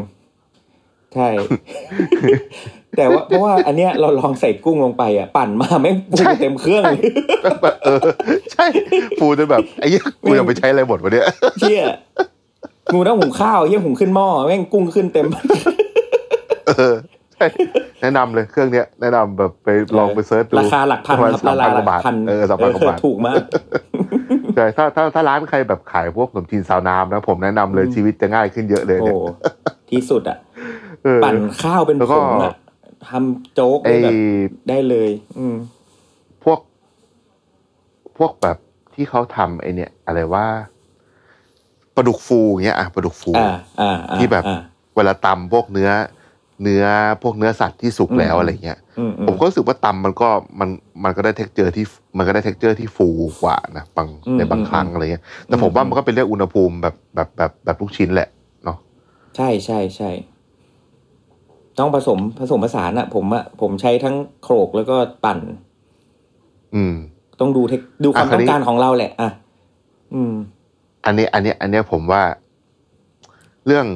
ใช่
(laughs)
แต่ว่าเพราะว่าอันเนี้ยเราลองใส่กุ้งลงไปอ่ะ ปั่นมาแม่งปูเต็มเครื่อง
(laughs)
เลย
แบบเออ ใช่
(laughs)
ฟูจนแบบไอ้เหี้ยกูจะไปใช้อะไรหมดวะเนี่ย
เชี่ยงูต้องหุงข้าวเยี่ยหุงขึ้นหม้อแม่งกุ้งขึ้นเต็ม
เออใช่ (laughs) แนะนำเลยเครื่องเนี้ยแนะนำแบบไปลองไปเซิร์ชดู
ราคาหลักพัน
ประมาณ
ครับ
สามพัน
ห
ก
ลั
ว่าบาท
พัน
เออสามพันกว่าบาท
ถูกมาก
ใช่ถ้าถ้าถ้าร้านใครแบบขายพวกขนมจีนซาวน้ำนะ ผมแนะนำเลย
อืม
ชีวิตจะง่ายขึ้นเยอะเลย
โอ้
เนี่ย
ที่สุดอ่ะ
เออ
ปั่นข้าวเป็น
แล้ว
ผ
ก็
งอ่ะทำโจ๊ก
ไอ
ได้แบบได้เลย อืม
พวก พวกแบบที่เขาทำไอเนี่ย อะไรว่าปลาดุกฟูอย่างเงี้ยอ่ะปลาดุกฟู
อ่า อ่าอ่า
ที่แบบ
อ่า
เวลาตำพวกเนื้อ เนื้อพวกเนื้อสัตว์ที่สุกแล้ว
อืม
อะไรเงี้ย
อืมอืม
ผมก็รู้สึกว่าตำมันก็มันมันก็ได้เท็กเจอร์ที่มันก็ได้เท็กเจอร์ที่ฟูกว่านะบาง
อืม
ในบางครั้ง
อืม
อะไรเงี้ยแต่
อืม
ผมว่า
อืม
มันก็เป็นเรื่องอุณหภูมิแบบแบบแบบแบบลูกชิ้นแหละเนาะ
ใช่ใช่ใช่ต้องผสมผสมผสานอะผมอะผมใช้ทั้งโขลกแล้วก็ปั่น
อืม
ต้องดูเทคดูความ
อ่ะครา
ต้อ
วนี้
งการของเราแหละ อ่ะ อืม
อันนี้อันนี้อันนี้ผมว่าเรื่อง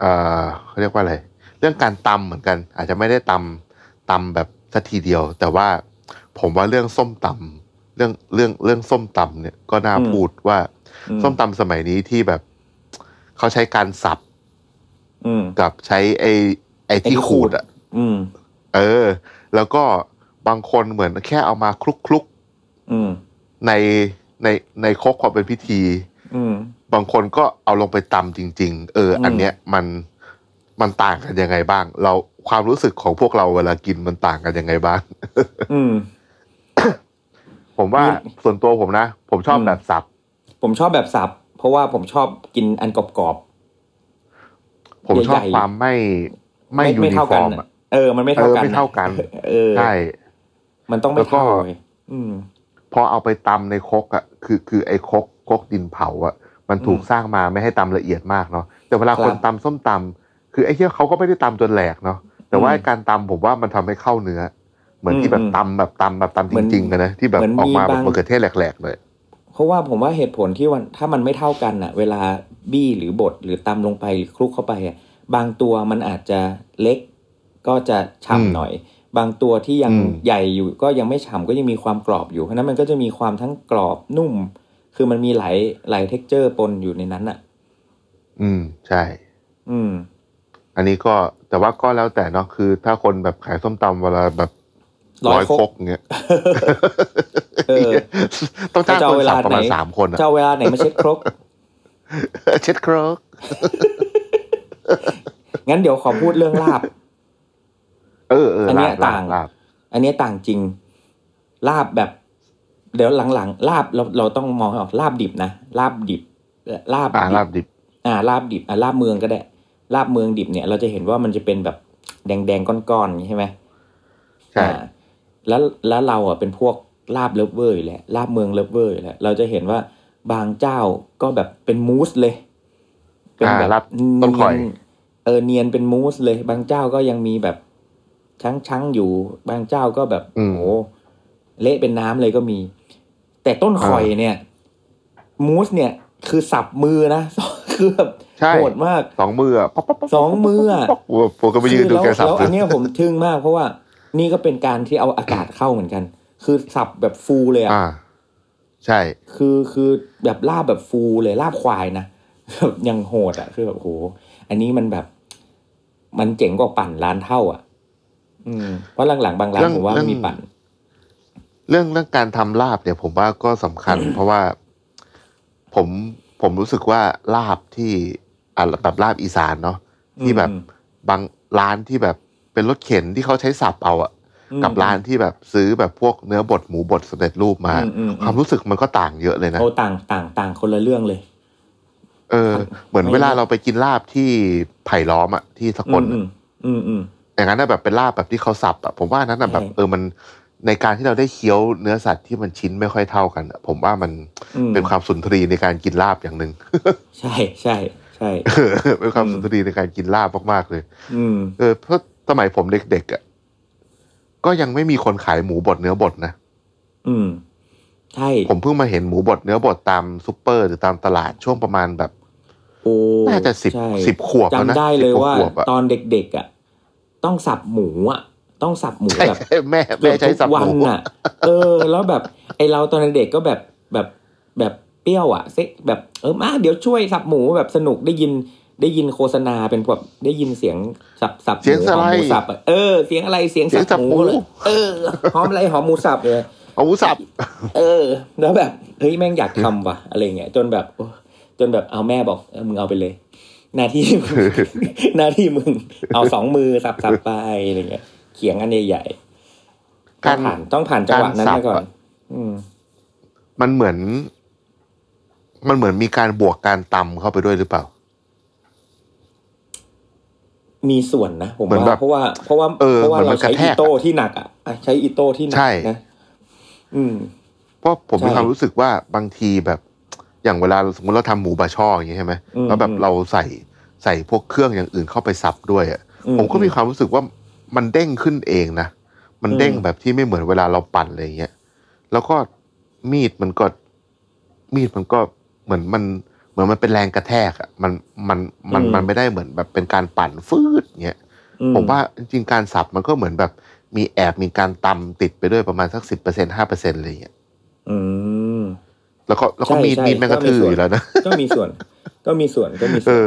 เอ่อเขาเรียกว่าอะไร เรื่องการตำเหมือนกัน อาจจะไม่ได้ตำตำแบบสักทีเดียว แต่ว่าผมว่าเรื่องส้มตำเรื่องเรื่องเรื่องส้มตำเนี่ยก็น่า
อืม
พูดว่า
อื
ส้มตำสมัยนี้ที่แบบเขาใช้การสับ
อืม
กับใช้ไอ้ไอ้
ไอ้ที่
ที่
ขู
ขู
ด
ดอ่ะ
อืม
เออ แล้วก็บางคนเหมือนแค่เอามาคลุกคลุก
อืม
ๆในในในครกความเป็นพิธี
อืม
บางคนก็เอาลงไปตำจริง ๆ เอออ
ม
อันเนี้ยมันมันต่างกันยังไงบ้าง เราความรู้สึกของพวกเราเวลากินมันต่างกันยังไงบ้าง
อืม
ผมว่า
อืม
ส่วนตัวผมนะ ผมชอบ
อืม
แบบสับ
ผมชอบแบบสับ เพราะว่าผมชอบกินอันกรอบ
ผมชอบ
ใหญ่ๆ
ความไม่
ๆ
ไม่ยูนิ
เท่า
ฟ
กั
อน ร์ม
อะ
อะ
เออ มันไม่เท่ากัน
เออไม่เท่ากัน
เออ
ใช่
มันต้องไม่
แล้วก็
เท่าเว้ยอืม
พอเอาไปตำในครกอ่ะคือคือไอ้ครกครกดินเผาอ่ะมันถูก
อืม
สร้างมาไม่ให้ตำละเอียดมากเนาะแต่เวลา
ครับ
คนตำส้มตำคือไอ้เหี้ยเขาก็ไม่ได้ตำจนแหลกเนาะแต่ว่า
อืม
การตำผมว่ามันทำให้เข้าเนื้อ เหมือนที่
อืม
แบบ
อืม
ตำแบบตำแบบตำ
เหมื
จ
อน
ริงๆกันนะที่แบบ
เหมือน
ออกมา
มี
แบบ
บาง
มะเขือเทศแหลกๆเลย
เพราะว่าผมว่าเหตุผลที่วันถ้ามันไม่เท่ากันอ่ะ เวลาบี้หรือบดหรือตำลงไปหรือคลุกเข้าไปอ่ะบางตัวมันอาจจะเล็กก็จะ
อืม
ฉ่ำหน่อย บางตัวที่ยัง
อืม
ใหญ่อยู่ก็ยังไม่ฉ่ำก็ยังมีความกรอบอยู่ เพราะฉะนั้นมันก็จะมีความทั้งกรอบนุ่ม คือมันมีหลายหลายเท็กเจอร์ปนอยู่ในนั้นอ่ะ
อืมใช่
อืม
อันนี้ก็แต่ว่าก็แล้วแต่เนาะคือ ถ้าคนแบบขายส้มตำเวลาแบบ
ร้อยครก
เงี้ย
เอ
(laughs)
อ
ต้องจ้าง
จะ
ค
เอา
น
เว
สั
ลา
บประมาณ
ไหน
สามคนอะ
จะเอาเวลาไหนมาเช็ดคร
(laughs)
ก
เช็ดครก
งั้นเดี๋ยวขอพูดเรื่องลาบ
เออเอออน
เนี้
ลาย บลา
ต่า
บ
ง
ลาบ
อันนี้ต่างจริง ลาบแบบ เดี๋ยวหลังๆลาบเราเราต้องมองให้ออกลาบดิบนะลาบดิบลาบ
อ่า
ดิบ
ลาบดิบ
อ่าลาบดิบอ่าลาบเมืองก็ได้ลาบเมืองดิบเนี่ย เราจะเห็นว่ามันจะเป็นแบบแดงๆก้อนๆอย่างนี้ใช่ไหม
ใช่
อ่าแล้วแล้วเราอ่ะเป็นพวกลาบเลิฟเวอร์อยู่แล้วลาบเมืองเลิฟเวอร์อยู่แล้วเราจะเห็นว่าบางเจ้าก็แบบเป็นมูสเลย
อ่าลาบต้นข่อย
เยเออเนียนเป็นมูสเลย บางเจ้าก็ยังมีแบบช้างๆอยู่ บางเจ้าก็แบบ
อืม
โอ้เละเป็นน้ำเลยก็มี แต่ต้นข่อยเนี่ย มูสเนี่ย คือสับมือนะ (laughs) คือแบบ
ใช่
โหดมาก
สองมืออะป๊อกป๊กป๊ก
สองมืออะ
ป๊กป๊กป๊กผมก็ไปยืนดู
แล้ว
แกสับ
แล้ว
เล
อั
ย
นเนี้ยผมทึ่งมากเพราะว่านี่ก็เป็นการที่เอาอากาศเข้าเหมือนกัน คือสับแบบฟูเลยอ่ะ
อ่า ใช่
คือคือแบบลาบแบบฟูเลยลาบควายนะ (laughs) แบบอยังโหดอ่ะคือแบบโหอันนี้มันแบบ มันเจ๋งกว่าปั่นร้านเท่า อ่ะ อืมเพราะหลังๆบางร้าน
เรื่อง
ผมว่า
เรื่อง
มีปั่น
เรื่องเรื่องการทำลาบเนี่ย ผมว่าก็สำคัญ เพราะว่าผมผมรู้สึกว่าลาบที่อ่ะแบบลาบอีสานเนาะที่แบบ
อืม
บางร้านที่แบบเป็นรถเข็นที่เขาใช้สับเอาอะ
อืม
กับร้านที่แบบซื้อแบบพวกเนื้อบดหมูบดสำเร็จรูปมา
อืมอืมอืม
ความรู้สึกมันก็ต่างเยอะเลยนะ
โอ้ต่างต่างต่างคนละเรื่องเลย
เออ เหมือน
ไม่
เวลาเราไปกินลาบที่ไผ่ล้อมอะที่สกลอะ
อืมอืมอืม
อย่างนั้นนะแบบเป็นลาบแบบที่เขาสับอะผมว่านั้นนะแบบ
ใช่
เออมันในการที่เราได้เคี้ยวเนื้อสัตว์ที่มันชิ้นไม่ค่อยเท่ากันอะผมว่ามัน
อืม
เป็นความสุนทรีในการกินลาบอย่างห (laughs) นึ่ง
ใช่ใช่ใช่
เป็นความ
อืม
สุนทรีในการกินลาบมากๆเลย
อืม
เออเพราะสมัยผมเด็กๆอะก็ยังไม่มีคนขายหมูบดเนื้อบดนะ
อืม ใช่
ผมเพิ่งมาเห็นหมูบดเนื้อบดตามซุปเปอร์หรือตามตลาดช่วงประมาณแบบ
โอ้
น่าจะสิบ
ใช่
สิบขวบแล้วนะ
จำได้เลยว่า
สิบขวบอะ
ตอนเด็กๆอ่ะต้องสับหมูอ่ะต้องสับหมู
ใช่
แบบ
ใช่แม่แม่ใช้สับ
เกือบทุกวัน
หมู
อ่ะ เออ แล้วแบบไอเราตอนเด็กก็แบบแบบแบบเปรี้ยวอ่ะเซ็กแบบเออมาเดี๋ยวช่วยสับหมูแบบสนุกได้ยินได้ยินโฆษณาเป็นแบบได้ยินเสียงสับสับห
เสียง
มู
ส
หอ
ไล
มหมู
ด์
สับอะเออเสียงอะไรเสียง
เสียงสั
สับบ ห
หมู
มูเลยเออหอมอะไรหอมหมูสับเลย
เอาหมูสับ
เออ แล้วแบบเฮ้ยแม่งอยากทำว่ะอะไรเงี้ยจนแบบโอ้จนแบบเอาแม่บอกเออมึงเอาไปเลย หน้าที่ (laughs) มึง หน้าที่มึง เอาสองมือสับสับไปอะไรเงี้ยเขียงอันใหญ่ๆ
การ
ต้องผ่านต้องผ่านจังหวะนั้นไปก่อน อืม
มันเหมือน มันเหมือนมีการบวกการตำเข้าไปด้วยหรือเปล่า
มีส่วนนะผม
เหมือนแบ
ว่า
บ
เพราะว่าเพราะว่า
เออ
เพราะว่า
เหมือน
เรา
มันก
ใช้
ระแท
อี
ก
โต้ที่หนักอ่ะอ่ะใช้อีโต้ที่หนั
ใช่
นะอืม
เพราะผม
ใช่
มีความรู้สึกว่าบางทีแบบ อย่างเวลาสมมติเราทำหมูบาช่ออย่างนี้ยใช่ไหม
อืม
แล้วแบบ
อืม
เราใส่ใส่พวกเครื่องอย่างอื่นเข้าไปสับด้วยอะ
อื
ผมก็มีความรู้สึกว่ามันเด้งขึ้นเองนะ มันเด้ง
อืม
แบบที่ไม่เหมือนเวลาเราปั่นอะไรอย่างเงี้ยแล้วก็มีดมันก็ มีดมันก็เหมือนมัน เหมือนมันเป็นแรงกระแทกอะมันมันมันมันไม่ได้เหมือนแบบเป็นการปั่นฟืดเงี้ย
อื
ผมว่าจริงๆการสับมันก็เหมือนแบบมีแอบมีการตำติดไปด้วยประมาณสักสิบเปอร์เซ็นห้าเปอร์เซ็นต์อะไรอย่างเงี้ย
อืม
แล้วก็แล้วก็
ใช่
มีด
ใช่
มีดแม่งกระทือ
ก็มีส่วน
อยู่แล้วนะ
ก็มีส่วน ก็มีส่วนก็มี
เอ
ส่ว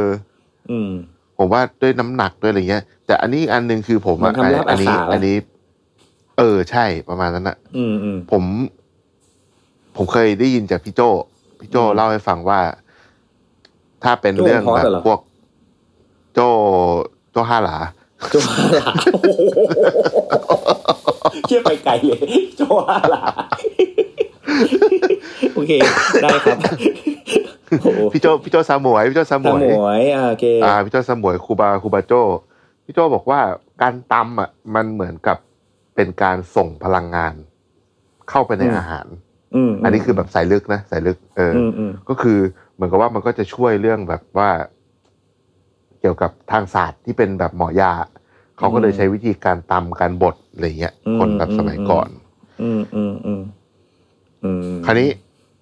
น
อ
อืม
ผมว่าด้วยน้ำหนักด้วยอะไรเงี้ย แต่อันนี้อีกอันหนึ่งคือผม
มันทำลาบ
อันนี้
อาสาเหรออั
อันนี้ เออใช่ประมาณนั้นนะ
อืมอืม
ผม ผมเคยได้ยินจากพี่โจพี่โจ
อืม
เล่าให้ฟังว่า ถ้าเป็น
โจ้
เรื่อง
พอส
แบบ
เหรอ
พวกโจโจห้าหลา
โจวาหลาโอ้โห (laughs) เชี่ยไปไกลเลยโจวาหลา (laughs) โอเค ได้ครับ (laughs) โอ้โห
พี่โจพี่โจสามวยพี่โจสาม
ส
ว
ม
ย
วยอ่าโอเค
อ่าพี่โจสมวยครูบาครูบาโจพี่โจบอกว่าการตำอ่ะมันเหมือนกับเป็นการส่งพลังงาน เข้าไปใน
อืม
อาหาร
อืม
อันนี้คือแบบสายลึกนะสายลึกเอออ
อืมอืม
ก็คือเหมือนกับว่ามันก็จะช่วยเรื่องแบบว่า เกี่ยวกับทางศาสตร์ที่เป็นแบบหมอยาเขาก็เลยใช้วิธีการตำการบดอะไรเงี้ยคนแบบสมัยก่อน
อืมอืมอืมอืม
คราวนี้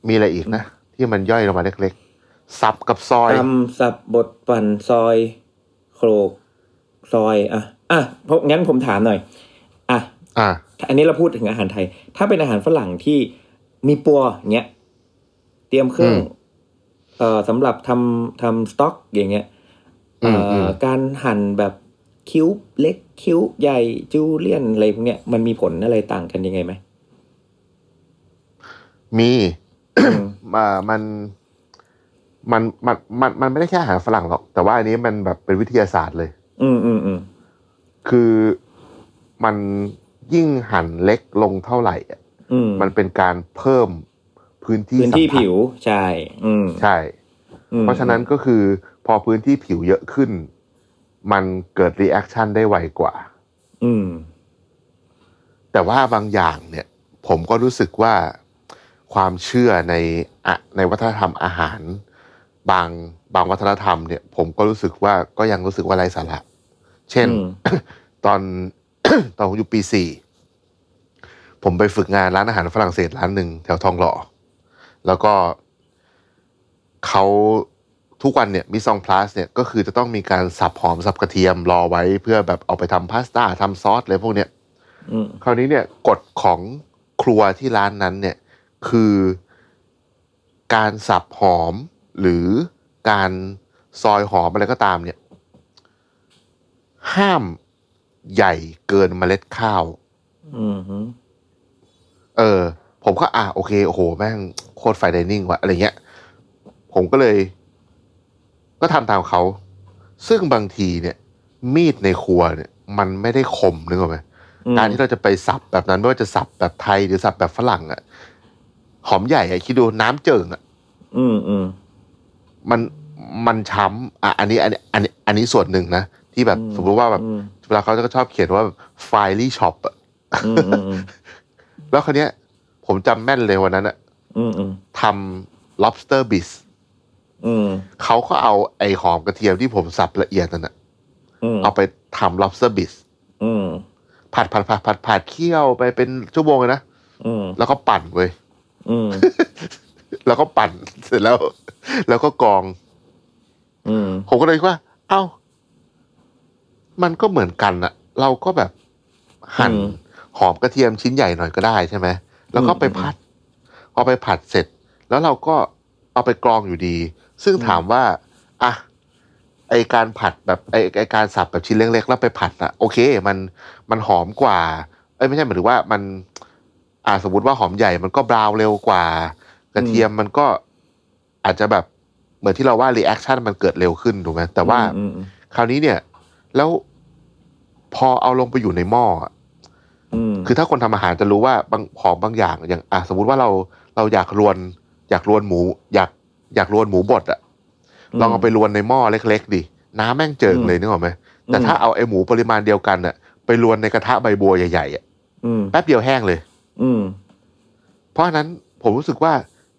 มีอะไรอีกนะ ที่มันย่อยลงมาเล็กๆซับกับซอย
ตำสับบทปั่นซอย โครก ซอย อ่ะ อ่ะเพราะงั้นผมถามหน่อย อ่ะ
อ่า
อันนี้เราพูดถึงอาหารไทย ถ้าเป็นอาหารฝรั่งที่มีปัวอย่างเงี้ย เตรียมเครื่อง
อืม
เอ่อสำหรับทำทำสต็อกอย่างเงี้ย
อื
เอ่
มอื
อ
ม
การหั่นแบบคิ้วเล็กคิ้วใหญ่จูเลียนอะไรพวกเนี้ยมันมีผลอะไรต่างกันยังไง
(coughs)
ไหม
มี
อืม
มามันมันมันมันมันไม่ได้แค่อาหารฝรั่งหรอก แต่ว่าอันนี้มันแบบเป็นวิทยาศาสตร์เลย
อืมอืมอืม
คือมันยิ่งหั่นเล็กลงเท่าไหร่อะ
อืม
มันเป็นการเพิ่มพื้นที่
พื้นที่
สัมผัส
ผิวใช่อืม
ใช่
อืม
เพราะฉะนั้นก็คือพอพื้นที่ผิวเยอะขึ้น มันเกิดรีแอคชั่นได้ไวกว่า
อืม
แต่ว่าบางอย่างเนี่ย ผมก็รู้สึกว่าความเชื่อในอะในวัฒนธรรมอาหาร บางบางวัฒนธรรมเนี่ย ผมก็รู้สึกว่าก็ยังรู้สึกว่าไร้สาระ เช่น
อืม
ตอน (coughs) ตอนผมอยู่ปีสี่ผมไปฝึกงานร้านอาหารฝรั่งเศสร้านหนึ่งแถวทองหล่อ แล้วก็เขาทุกวันเนี่ยมิซองพลาสเนี่ยก็คือจะต้องมีการสับหอมสับกระเทียมรอไว้เพื่อแบบเอาไปทำพาสต้าทำซอสอะไรพวกเนี้ย
อืม
คราวนี้เนี่ยกฎของครัวที่ร้านนั้นเนี่ยคือการสับหอมหรือการซอยหอมอะไรก็ตามเนี่ย ห้ามใหญ่เกินเมล็ดข้าว
อืมอืม
เออ ผมก็อ่ะโอเค โอ้โห แม่งโคตรไฟไดนิ่งว่ะ อะไรเงี้ย ผมก็เลย ก็ทำตามเขา ซึ่งบางทีเนี่ย มีดในครัวเนี่ย มันไม่ได้คมนึกออกไหม การที่เราจะไปสับแบบนั้นไม่ว่าจะสับแบบไทยหรือสับแบบฝรั่งอะหอมใหญ่อะคิดดูน้ำเจิ่งอะ
อืมอืม
มันมันช้ำอ่ะอันนี้อันนี้อันนี้อันนี้ส่วนหนึ่งนะ ที่แบบ
อืม
สมมติว่าแบบ
อืม
เวลาเขาจะชอบเขียนว่าไฟลี่ช็อปอะ
อืมอืมอืม
แล้วคราวเนี้ย ผมจำแม่นเลยวันนั้นอะ
อืมอืม
ทำ lobster b i z
อืม
เขาก็เอาไอหอมกระเทียมที่ผมสับละเอียดนั่นอะ
อืม
เอาไปทำ lobster b i z
อืม
ผัดผัดผัดผัดผัดเคี่ยวไปเป็นชั่วโมงเลยนะ
อืม
แล้วก็ปั่นเว้ย
อืม
แล้วก็ปั่น (laughs) เสร็จแล้ว แล้วก็กรอง
อืม
ผมก็เลยคิดว่า เอ้า มันก็เหมือนกันอะเราก็แบบหั่น
อืม
หอมกระเทียมชิ้นใหญ่หน่อยก็ได้ใช่ไหม แล้วก็ไป
อืม
ผัด พอไปผัดเสร็จ แล้วเราก็เอาไปกรองอยู่ดี ซึ่งถามว่า อ่ะ ไอการผัดแบบไอไอการสับแบบชิ้นเล็กๆแล้วไปผัดอะโอเค มันมันหอมกว่า เอ้ยไม่ใช่หมายถึงว่ามัน อ่าสมมติว่าหอมใหญ่มันก็บราวน์เร็วกว่า กระเทียมมันก็อาจจะแบบเหมือนที่เราว่ารีแอคชั่นมันเกิดเร็วขึ้นถูกไหมแต่ว่า
อืมอืม
คราวนี้เนี่ย แล้วพอเอาลงไปอยู่ในหม้ออะ
อืม
คือถ้าคนทำอาหารจะรู้ว่าบางของบางอย่าง อย่างอ่ะสมมุติว่าเราเราอยากรวน อยากรวนหมู อยากอยากรวนหมูบดอะ
อืม
ลองเอาไปรวนในหม้อเล็ก ๆดิน้ำแม่งเจิงเลยนึกออกไหมแต่
อืม
ถ้าเอาไอหมูปริมาณเดียวกันอะไปรวนในกระทะใบบัวใหญ่ๆอะ
อืม
แป๊บเดียวแห้งเลย
อืม
เพราะฉะนั้นผมรู้สึกว่า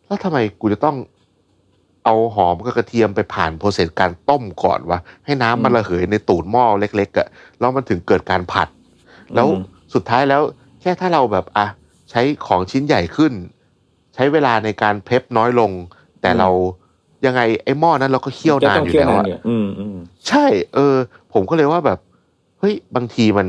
แล้วทำไมกูจะต้องเอาหอมกับกระเทียมไปผ่านโปรเซสการต้มก่อนวะให้น้ำมัน
อืม
ระเหยในตูดหม้อเล็กๆอะแล้วมันถึงเกิดการผัด แล้ว
อืม
สุดท้ายแล้วแค่ถ้าเราแบบอ่ะใช้ของชิ้นใหญ่ขึ้น ใช้เวลาในการเพลฟน้อยลง แต่เรายังไงไอ้หม้อนั้นเราก็เคี่ยว
จะ
นาน
ต้อง
อยู่
เคี่ยว
แล้ว
นาน
อะ
อยู่อืมอืม
ใช่ เออ ผมก็เลยว่าแบบ เฮ้ย บางทีมัน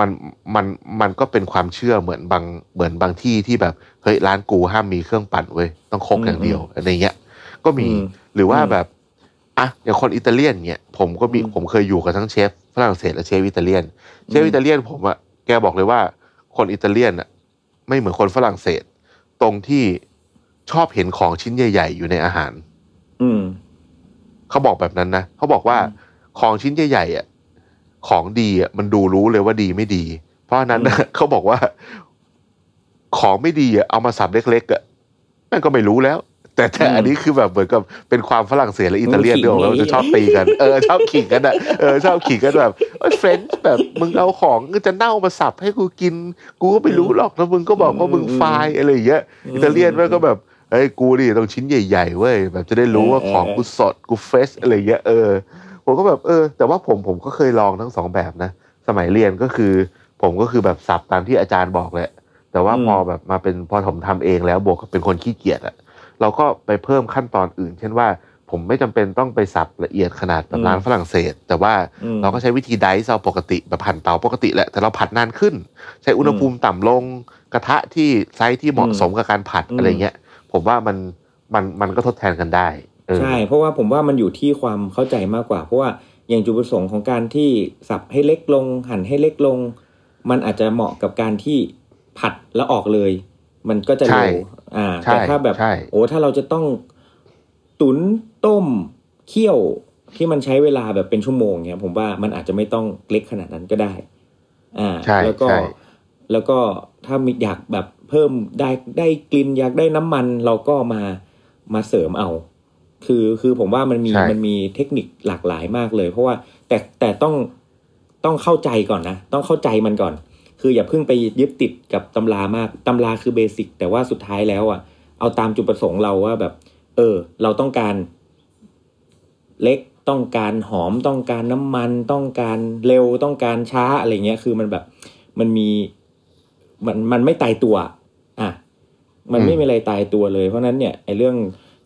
มัน มัน มันก็เป็นความเชื่อเหมือนบาง เหมือนบางที่ที่แบบ เฮ้ย ร้านกูห้ามมีเครื่องปั่นเว้ย ต้องครกอย่างเดียว อะไรเงี้ย ก็มี
อืม
หรือว่า
อืม
แบบ อ่ะ อย่างคนอิตาเลียนเงี้ย ผมก็มี
อืม
ผมเคยอยู่กับทั้งเชฟฝรั่งเศสและเชฟอิตาเลียน เชฟ
อืม
อิตาเลียนผมอะแกบอกเลยว่า คนอิตาเลียนอะไม่เหมือนคนฝรั่งเศส ตรงที่ชอบเห็นของชิ้นใหญ่ ๆ อยู่ในอาหาร
อืม
เขาบอกแบบนั้นนะ เขาบอกว่า
อืม
ของชิ้นใหญ่ๆอ่ะของดีอ่ะมันดูรู้เลยว่าดีไม่ดี เพราะฉะนั้นนะเขาบอกว่า ของไม่ดีอ่ะเอามาสับเล็กๆอ่ะแม่งก็ไม่รู้แล้ว แต่แต่
อืม
อันนี้คือแบบเหมือนกับเป็นความฝรั่งเศสและอิตาเลียน
ขิง
ด้วยแล้วา
ไง
มันจะชอบตีกัน เออชอบขิงกันอ่ะเออชอบขิงกันแบบเฟรนช์แบบมึงเอาของจะเน่ามาสับให้กูกิน กูก็ไม่รู้หรอกแล้วมึงก็บอกว่ามึงไฟล์อะไรอย่างเงี้ย อิตาเลียนมันก็แบบเฮ้ยกูดิต้องชิ้นใหญ่ๆเว้ยแบบจะได้รู้ว่า
เออ
ของ
เออ
กูสดกูเฟรชอะไรเงี้ยเออผมก็แบบเออ แต่ว่าผมผมก็เคยลองทั้งสองแบบนะ สมัยเรียนก็คือ ผมก็คือแบบสับตามที่อาจารย์บอกแหละ แต่ว่าพอแบบมาเป็นพอผมทำเองแล้วบวกกับเป็นคนขี้เกียจอะเราก็ไปเพิ่มขั้นตอนอื่น เช่นว่า ผมไม่จำเป็นต้องไปสับละเอียดขนาดแบ
อื
บ
ม
ร้านฝรั่งเศส แต่ว่า
อืม
เราก็ใช้วิธีไดซ์เอาปกติแบบหั่นเตาปกติแหละแต่เราผัดนานขึ้น ใช้อุณหภูมิต่ำลงกระทะที่ไซส์ที่เหมาะสมกับการผัด
อืม
อะไรเงี้ย ผมว่ามันมันมันก็ทดแทนกันได้เออ
ใช่ เพราะว่าผมว่ามันอยู่ที่ความเข้าใจมากกว่า เพราะว่าอย่างจุดประสงค์ของการที่สับให้เล็กลง หั่นให้เล็กลง มันอาจจะเหมาะกับการที่ผัดแล้วออกเลย มันก็จะเร็วอ่า
ใช่
แต่ถ้าแบบ
ใช่
โอ้ถ้าเราจะต้องตุนต้มเคี่ยวที่มันใช้เวลาแบบเป็นชั่วโมงเนี้ยผมว่ามันอาจจะไม่ต้องเล็กขนาดนั้นก็ได้ อ่า
ใช่
แล้วก็
ใช่
แล้วก็ถ้ามีอยากแบบเพิ่มได้ได้กลิ่นอยากได้น้ำมันเราก็มามาเสริมเอา คือคือผมว่ามันมี
ใช่
มันมีเทคนิคหลากหลายมากเลย เพราะว่าแต่แต่ต้องต้องเข้าใจก่อนนะ ต้องเข้าใจมันก่อน คืออย่าเพิ่งไปยึดติดกับตำรามากตำราคือเบสิกแต่ว่าสุดท้ายแล้วอ่ะเอาตามจุดประสงค์เราว่าแบบ เออ เราต้องการเล็กต้องการหอมต้องการน้ำมัน ต้องการเร็วต้องการช้าอะไรเงี้ย คือมันแบบมันมีมันมันไม่ตายตัว อ่ะ มันไม่
อืม
มีอะไรตายตัวเลย เพราะฉะนั้นเนี่ยไอ้เรื่อง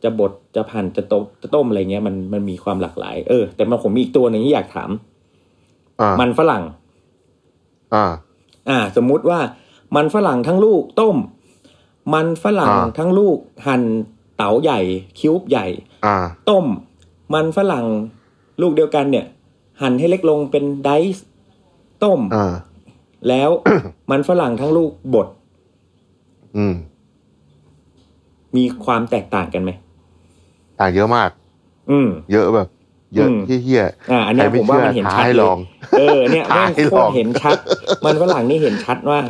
จะบดจะผันจะต้มจะต้มอะไรเงี้ยมันมันมีความหลากหลาย เออแต่มาผมมีอีกตัวหนึ่งที่อยากถาม
อ่า
มันฝรั่ง
อ่า
อ่า สมมุติว่ามันฝรั่งทั้งลูกต้ม มันฝรั่ง
อ่า
ทั้งลูกหั่นเต๋าใหญ่ คิวบใหญ่
อ่า
ต้ม มันฝรั่งลูกเดียวกันเนี่ย หั่นให้เล็กลงเป็นไดซ์ต้ม
อ่า
แล้ว มันฝรั่งทั้งลูกบด
อืม
มีความแตกต่างกันไหม
ต่างเยอะมาก
อืม
เยอะแบบ เยอะ
อืม
เฮี้ย
อ่า อัน
ๆใคร
เนี้ยผ
ไม่
ม
เชื่
ว่า
อ
มันเห็น
ท้า
ชัด
ให้
เล
ล
ย
อง
เออ
(laughs)
เนี่ยแม่ง
ท้าย
โค
ล
ตร
อ
ง เห็นชัด มันฝรั่งนี่เห็นชัดมาก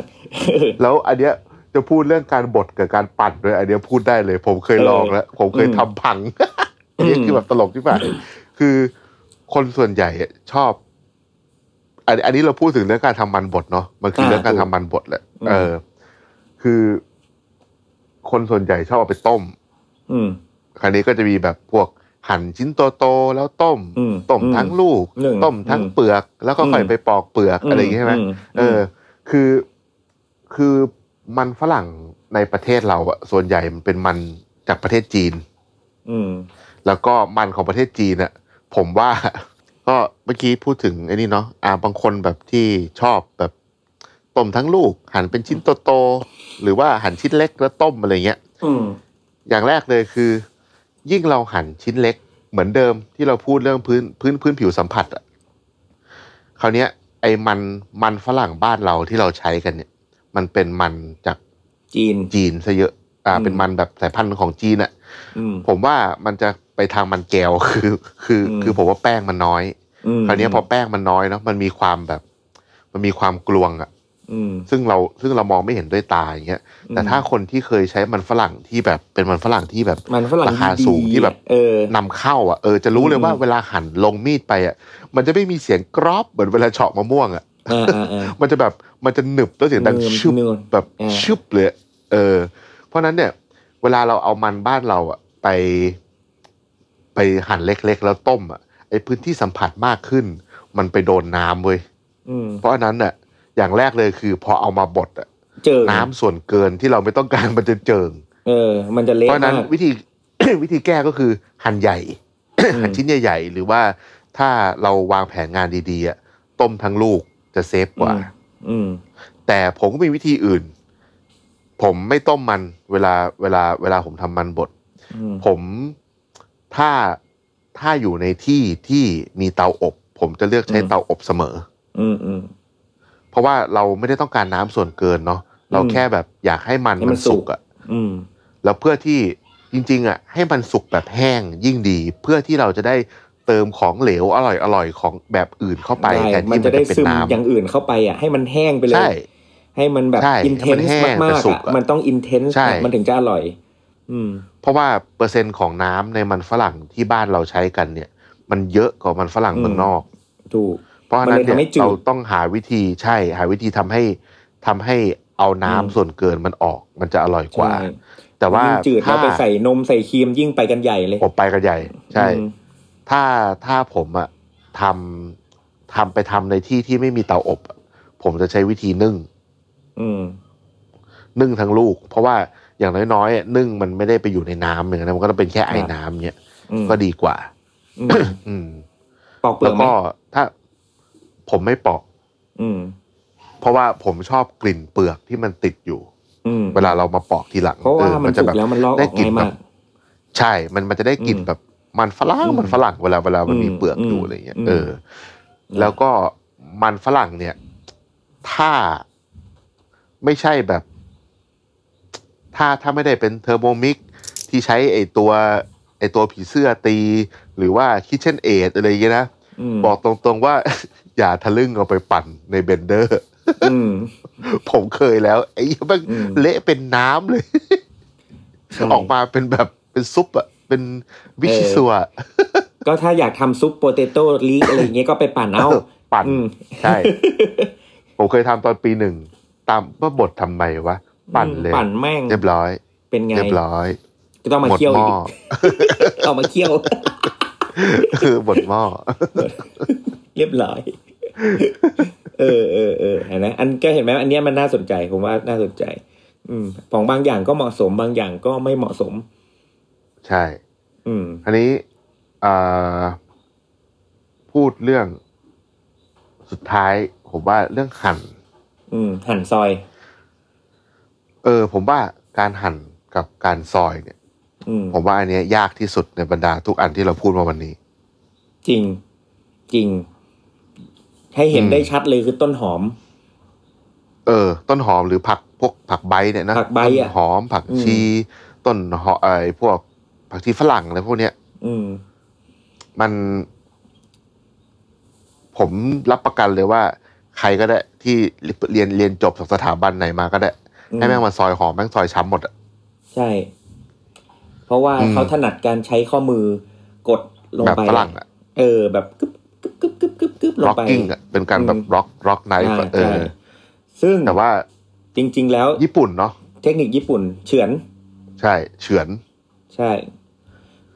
แล้วอันเนี้ยจะพูดเรื่องการบดกับการปั่นด้วยอันเนี้ยพูดได้เลย ผมเคยลองแล้ว ผมเคย
อืม
ทำพัง อันนี้
อืม
คือแบบตลกที่แบบคือคนส่วนใหญ่อะชอบอันอันนี้เราพูดถึงเรื่องการทำมันบดเนาะมันคือเรื่องการทำมันบดแหละเออ คือ คนส่วนใหญ่ชอบเอาไปต้ม
อืม
คราวนี้ก็จะมีแบบพวกหั่นชิ้นโตๆแล้วต้ม
อืม
ต้มทั้งลูก
หนึ่ง
ต้มทั้ง
อืม
เปลือก แล้วก็ค่อย
อืม
ไปปอกเปลือกอะไรอย่างเงี้ยใช่ไหม
ม
เออ คือ คือมันฝรั่งในประเทศเราอะส่วนใหญ่มันเป็นมันจากประเทศจีน
อืม
แล้วก็มันของประเทศจีนอะผมว่า (laughs) ก็เมื่อกี้พูดถึงไอ้นี่เนาะอ่าบางคนแบบที่ชอบแบบต้มทั้งลูก หั่นเป็นชิ้นโตๆหรือว่าหั่นชิ้นเล็กแล้วต้มอะไรเงี้ย
อืม
อย่างแรกเลยคือ ยิ่งเราหั่นชิ้นเล็ก เหมือนเดิมที่เราพูดเรื่องพื้นพื้นพื้นผิวสัมผัสอะคราวเนี้ย ไอ้มันมันฝรั่งบ้านเราที่เราใช้กันเนี่ย มันเป็นมันจาก
จีน
จีนซะเยอะอ่า
อืม
เป็นมันแบบสายพันธุ์ของจีนอะ
อืม
ผมว่ามันจะไปทางมันแก้ว (laughs) คือ คือ
อืม
คือผมว่าแป้งมันน้อย
ม
คราวเนี้ยพอแป้งมันน้อยเนาะมันมีความแบบ มันมีความกลวงอะ
อืม
ซึ่งเราซึ่งเรามองไม่เห็นด้วยตาอย่างเงี้ยแต่ถ้าคนที่เคยใช้มันฝรั่งที่แบบเป็นมันฝรั่งที่แบบ
มันฝรั่ง
ราคา
ดีๆ
สูงที่แบบ
เออ
นำเข้าอ่ะเออจะรู้เล
อื
ย
ม
ว่าเวลาหั่นลงมีดไปอ่ะมันจะไม่มีเสียงกรอบเหมือนเวลาเฉาะมะม่วงอ่ะ
อ่าอ่าอ่า
มันจะแบบมันจะหนึบแล้วเสียงดัง
เนิม
ชึบ
เนิม
แบบ
อ่า
ชึบเลยอะเออ เพราะฉะนั้นเนี่ย เวลาเราเอามันบ้านเราอ่ะไป ไปหั่นเล็กๆ แล้วต้มอ่ะไอพื้นที่สัมผัสมากขึ้น มันไปโดนน้ำเว้ย
อืม
เพราะฉะนั้นน่ะ อย่างแรกเลยคือ พอเอามาบดอ่ะ
เจอ
น้ำส่วนเกินที่เราไม่ต้องการมันจะเจิง
เออ มันจะเละ
เพราะฉะนั้น (coughs)
มาก
วิธี วิธีแก้ก็คือหั่นใหญ่ หั่นชิ้นใหญ่ ๆ หรือว่าถ้าเราวางแผนงานดีๆอะต้มทั้งลูกจะเซฟกว่า
ม อืม
แต่ผมก็มีวิธีอื่น ผมไม่ต้มมันเวลาเวลาเวลาผมทำมันบด
อืม
ผมถ้าถ้าอยู่ในที่ที่มีเตาอบ ผมจะเลือกใช้เตาอบเสมอ
อืมอืม
เพราะว่าเราไม่ได้ต้องการน้ำส่วนเกินเนาะเรา
อืม
แค่แบบอยากให้มัน
ให้มั
มัน น
สุ
สุ
ก
กอะ
อืม
แล้วเพื่อที่จริงๆอ่ะให้มันสุกแบบแห้งยิ่งดี เพื่อที่เราจะได้เติมของเหลวอร่อยๆของแบบอื่นเข้าไป
ด้
แทน
มั
ที่
น
มัน
จะ
จะ
ได้
เป็น
ซึม
น้ำ
อย่างอื่นเข้าไปอ่ะ ให้มันแห้งไปเล
ใช่
ย ให้มันแบบ
ใช่
อินเทน
ให้มั
ส์
นแห้ง
มา
แต่
ก
สุ
ๆ
ก
อ่ะ
อะ
มันต้องอินเทนส์
ใช่
มันถึงจะอร่อย อืม
เพราะว่าเปอร์เซ็นต์ของน้ำในมันฝรั่งที่บ้านเราใช้กันเนี่ย มันเยอะกว่ามันฝรั่ง
อืม
เมืองนอก
ถูก
เพราะฉะนั้น
มันเลยทำให้
เนี่ย
จืด
เราต้องหาวิธีใช่หาวิธีทำให้ทำให้เอาน้ำ
อืม
ส่วนเกินมันออกมันจะอร่อยกว่า
ใช่
แต่ว่า
ยิ่งจืดแล้ว
ถ้า
ไปใส่นมใส่ครีมยิ่งไปกันใหญ่เลย
อบไปกันใหญ่ใช่
อืม
ถ้าถ้าผมอะทำทำไปทำในที่ที่ไม่มีเตาอบอะผมจะใช้วิธีนึ่ง
อืม
นึ่งทั้งลูก เพราะว่าอย่างน้อยๆอะนึ่งมันไม่ได้ไปอยู่ในน้ำอย่างนั้นมันก็ต้องเป็นแค่ไอน้ำเนี่ย
อืม
ก็ดีกว่า
อืม
อืม
ปอกเปลื
แล้
อก
ว
ไหม
ก็ถ้าผมไม่ปอก
อืม
เพราะว่าผมชอบกลิ่นเปลือกที่มันติดอยู่
อืม
เวลาเรามาปอกทีหลัง
เพราะว่า
ออ
มัน
จะ
ถูก
แบบ
แล้วมันลอกอ
ได้
อก
กลิ่น
ง่าย
แบ
มา
บ
ก
ใช่ มันมันจะได้กลิ่น
อืม
แบบ มันฝรั่ง
อืม
มันฝรั่งเวลาเวลามันมีเปลือก
อืม
อยู่อะไรเงี้ย
อืม
เออ แล้วก็มันฝรั่งเนี่ย ถ้าไม่ใช่แบบ ถ้าถ้าไม่ได้เป็นเทอร์โมมิกที่ใช้ไอตัวไอตัวผีเสื้อตี หรือว่าคิเชนเอดอะไรอย่างเงี้ยนะ
ม
บอกตรงๆว่า (laughs) อย่าทะลึ่งเอาไปปั่นในเบนเดอร์ (laughs)
อืม
ผมเคยแล้ว ไอ้เหี้ยแมัน
อืม
เละเป็นน้ำเลย
ใช่
(laughs) ออกมาเป็นแบบเป็นซุปอะเป็นวิชิซัว
ก็ถ้าอยากทำซุปโปเตโต้ลีกอะไรอย่างเงี้ยก็ไปปั่นเอา
ปั่น
อืม
ใช่ (laughs) ผมเคยทำตอนปีหนึ่ง ตามว่าบททำไมวะ ปั่นเลย
ปั่นแม่ง
เรียบร้อย
เป็นไง
เรียบร้อย
ก็ต้องมา
หมด
เคี่ยว
หม้
อี
อก (laughs)
เอามาเคี่ยว (laughs)
คือหมดหม้อ
เรียบร้อย เออเออเออเห็นไหมอันก็เห็นไหมอันเนี้ยมันน่าสนใจผมว่าน่าสนใจ อืมของบางอย่างก็เหมาะสมบางอย่างก็ไม่เหมาะสม
ใช่
อืม
อันนี้อ่าพูดเรื่องสุดท้าย ผมว่าเรื่องหั่น
อืม หั่นซอย
เออ ผมว่าการหั่นกับการซอยเนี่ย
อืม
ผมว่าอันเนี้ยยากที่สุดในบรรดาทุกอันที่เราพูดมาวันนี้
จริง จริง ให้เห็น
อืม
ได้ชัดเลยคือต้นหอม
เออ ต้นหอมหรือผักพวกผักใบเนี่ยนะ
ผักใบอะ
ต้นหอม ผัก
อืม
ชี ต้นหอมไอ้พวกผักชีฝรั่งอะไรพวกเนี้ย
อืม
มัน ผมรับประกันเลยว่า ใครก็ได้ที่เรียนเรียนจบจากสถาบันไหนมาก็ได้
อืม
ให้แม่งมาซอยหอมแม่งซอยช้ำหมดอะ
ใช่ เพราะว่า
อืม
เขาถนัดการใช้ข้อมือกดลง
แบบ
ไป
ฝรั่งอะ
เออ แบบกึบกึบกึบกึบกึบกึบล
ร็
ง
อก
ไป
กิ้งอะเป็นการแบบ
อืม
ร็อกร็อกไน
อ่า
ฟ์เอ
ใช่
อ
ซึ่ง
แต่ว่า
จริง ๆ แล้ว
ญี่ปุ่นเนาะ
เทคนิคญี่ปุ่น เฉือน
ใช่เฉือน
ใช่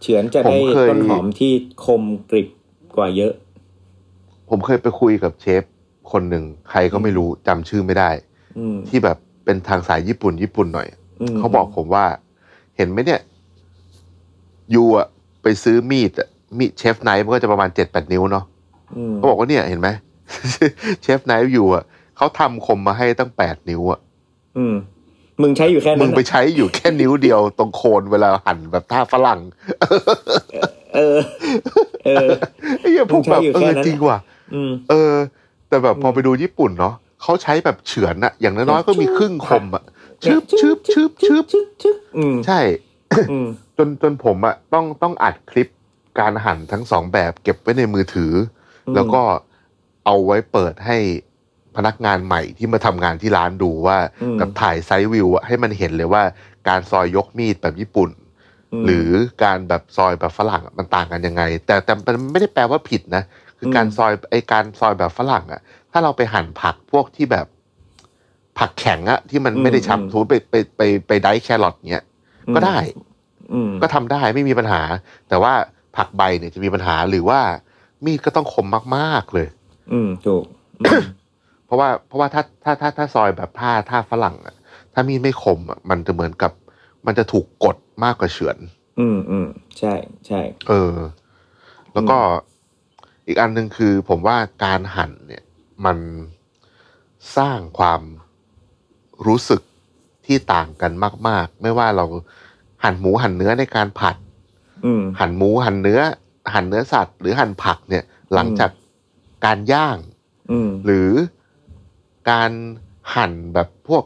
เฉือนจะได้
ผมเคย
ต้นหอมที่คมกริบกว่าเยอะ
ผมเคยไปคุยกับเชฟคนหนึ่งใครก็ไม่รู้จำชื่อไม่ได้
อืม
ที่แบบเป็นทางสายญี่ปุ่น ญี่ปุ่นหน่อย
ม
เขาบอกผมว่า เห็นไหมเนี่ยยูอะไปซื้อมีดอะมีดเชฟไนท์มันก็จะประมาณเจ็ดแปดนิ้วเนาะ
อืม
เขาบอกว่าเนี่ยเห็นไหม (laughs) เชฟไนท์อยู่อะเขาทำคมมาให้ตั้งแปดนิ้วอะ
อืม มึงใช้อยู่แค่
มึ
นั้
ง
น
ไป
อะ
ใช้อยู่แค่นิ้วเดียวตรงโคนเวลาหั่นแบบท่าฝรั่ง
เออ เออ
ไอ้เหี้ยผมแบบ
มึงใช้อยู่
เอ
แค่
อ
นั้น
จริงว่ะ
อืม
เออ แต่แบบพอ
อืม
ไปดูญี่ปุ่นเนาะเขาใช้แบบเฉือนอะอย่างน้อยๆก็มีครึ่งคมอะชึบชึบชึบชึบ
ชึบชึบอืม
ใช่
อืม
จนจนผมอะต้องต้องอัดคลิปการหั่นทั้งสองแบบเก็บไว้ในมือถืออ
ม
แล้วก็เอาไว้เปิดให้พนักงานใหม่ที่มาทำงานที่ร้านดูว่า
อืม
กับถ่ายไซด์วิวอะให้มันเห็นเลยว่าการซอยยกมีดแบบญี่ปุ่น หรือการแบบซอยแบบฝรั่งอะมันต่างกันยังไง แต่แต่มันไม่ได้แปลว่าผิดนะ คืออ
ม
การซอยไอการซอยแบบฝรั่งอะถ้าเราไปหั่นผักพวกที่แบบ ผักแข็งอะที่มันไม่ได้ช้ำทูไปไปไปไปไดซ์แครอทเนี้ยก็ได้
อืม
ก็ทำได้ไม่มีปัญหา แต่ว่าผักใบเนี่ยจะมีปัญหาหรือว่ามีดก็ต้องคมมากๆเลย
อืมถูก
เพราะว่าเพราะว่าถ้าถ้าถ้าถ้าซอยแบบท่าท่าฝรั่งอะถ้ามีดไม่คมอะมันจะเหมือนกับ มันจะถูกกดมากกว่าเฉือน
อืมอืมใช่ใช่
เออ แล้วก็อีกอันหนึ่งคือผมว่าการหั่นเนี่ย มันสร้างความรู้สึกที่ต่างกันมาก ๆ ไม่ว่าเราหั่นหมูหั่นเนื้อในการผัด
อืม
หั่นหมูหั่นเนื้อ หั่นเนื้อสัตว์ หรือหั่นผักเนี่ย หลังจากการย่าง
อืม
หรือการหั่นแบบพวก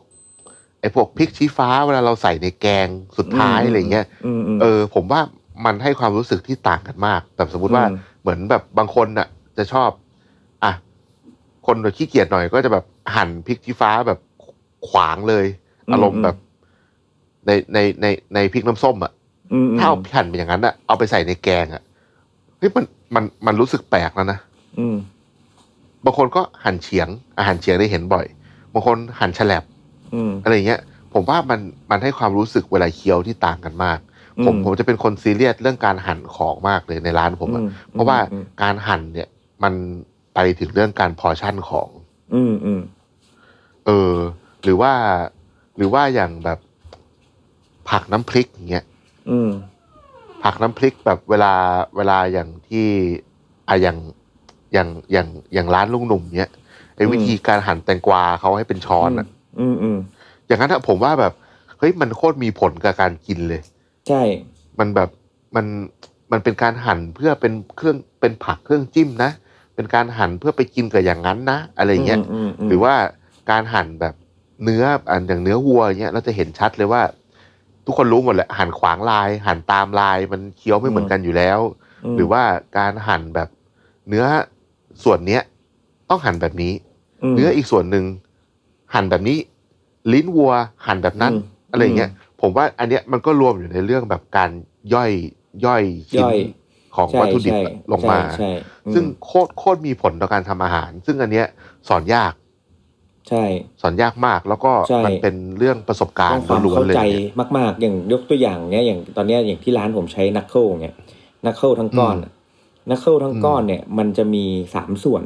ไอ้พวกพริกชี้ฟ้าเวลาเราใส่ในแกงสุดท้าย
อืม
อะไรเงี้ย
อืมอืม
เออ ผมว่ามันให้ความรู้สึกที่ต่างกันมากแบบสมมติว่า
อืม
เหมือนแบบบางคนน่ะ จะชอบอ่ะคนแบบขี้เกียจหน่อยก็จะแบบหั่นพริกชี้ฟ้าแบบขวางเลย อารมณ์แบบ ในในในในพริกน้ำส้มอ่ะ
อืมอืม
ถ้าเอาหั่นเป็นอย่างนั้นอะเอาไปใส่ในแกงอะนี่มันมันมันรู้สึกแปลกแล้วนะ
อืม
บางคนก็หั่นเฉียงอาหารเฉียงได้เห็นบ่อยบางคนหั่นแฉลบ
อืม
อะไรเงี้ย ผมว่ามันมันให้ความรู้สึกเวลาเคี้ยวที่ต่างกันมาก ผม
อืม
ผมจะเป็นคนซีเรียสเรื่องการหั่นของมากเลยในร้านผมอะ
อื
เพราะว่า
อืม
การหั่นเนี่ยมันไปถึงเรื่องการพอชั่นของ
อืมอืม
เออ หรือว่าหรือว่าอย่างแบบผักน้ำพริกอย่างเงี้ย
อืม
ผักน้ำพริกแบบเวลาเวลาอย่างที่อะอย่างอย่างอย่างอย่างร้านลุงหนุ่มเนี้ยไอ้วิธีการหั่นแตงกวาเขาให้เป็นช้อนอะ
อืมอืม
อย่างนั้นอะผมว่าแบบเฮ้ยมันโคตรมีผลกับการกินเลย
ใช่
มันแบบมันมันเป็นการหั่นเพื่อเป็นเครื่องเป็นผักเครื่องจิ้มนะ เป็นการหั่นเพื่อไปกินกับอย่างนั้นนะ อะไรอย่างเงี้ย
มมม
หรือว่าการหั่นแบบเนื้ออันอย่างเนื้อวัวเนี้ยเราจะเห็นชัดเลยว่า ทุกคนรู้หมดแหละหั่นขวางลาย หั่นตามลายมันเคี้ยวไม่เหมือนกันอยู่แล้ว
ม
หรือว่าการหั่นแบบเนื้อส่วนเนี้ยต้องหั่นแบบนี้
ม
เนื้ออีกส่วนหนึ่งหั่นแบบนี้ ลิ้นวัวหั่นแบบนั้น
ม
อะไรอย่างเงี้ยผมว่าอันเนี้ยมันก็รวมอยู่ในเรื่องแบบการย่อยย่อยชิ้น
ย่อย
ของ
ใช่
วัตถุดิบ
ใช่
ลงมา
ใช่ใช่
ซึ่ง
อืม
โคตรโคตรมีผลต่อการทำอาหาร ซึ่งอันเนี้ยสอนยาก
ใช่
สอนยากมากแล้วก็
ใช่
มันเป็นเรื่องประสบการ
ต้อง
ณ์
ความ
ล้วน
เข้า
ๆเลย
ใจ
เนี่ย
มาก ๆ อย่างยกตัวอย่างเนี้ยอย่างตอนเนี้ยอย่างที่ร้านผมใช้นักเคิลเนี่ยนักเคิลทั้งก้อนอะนักเคิลทั้งก้อนเนี่ย มันจะมีสามส่วน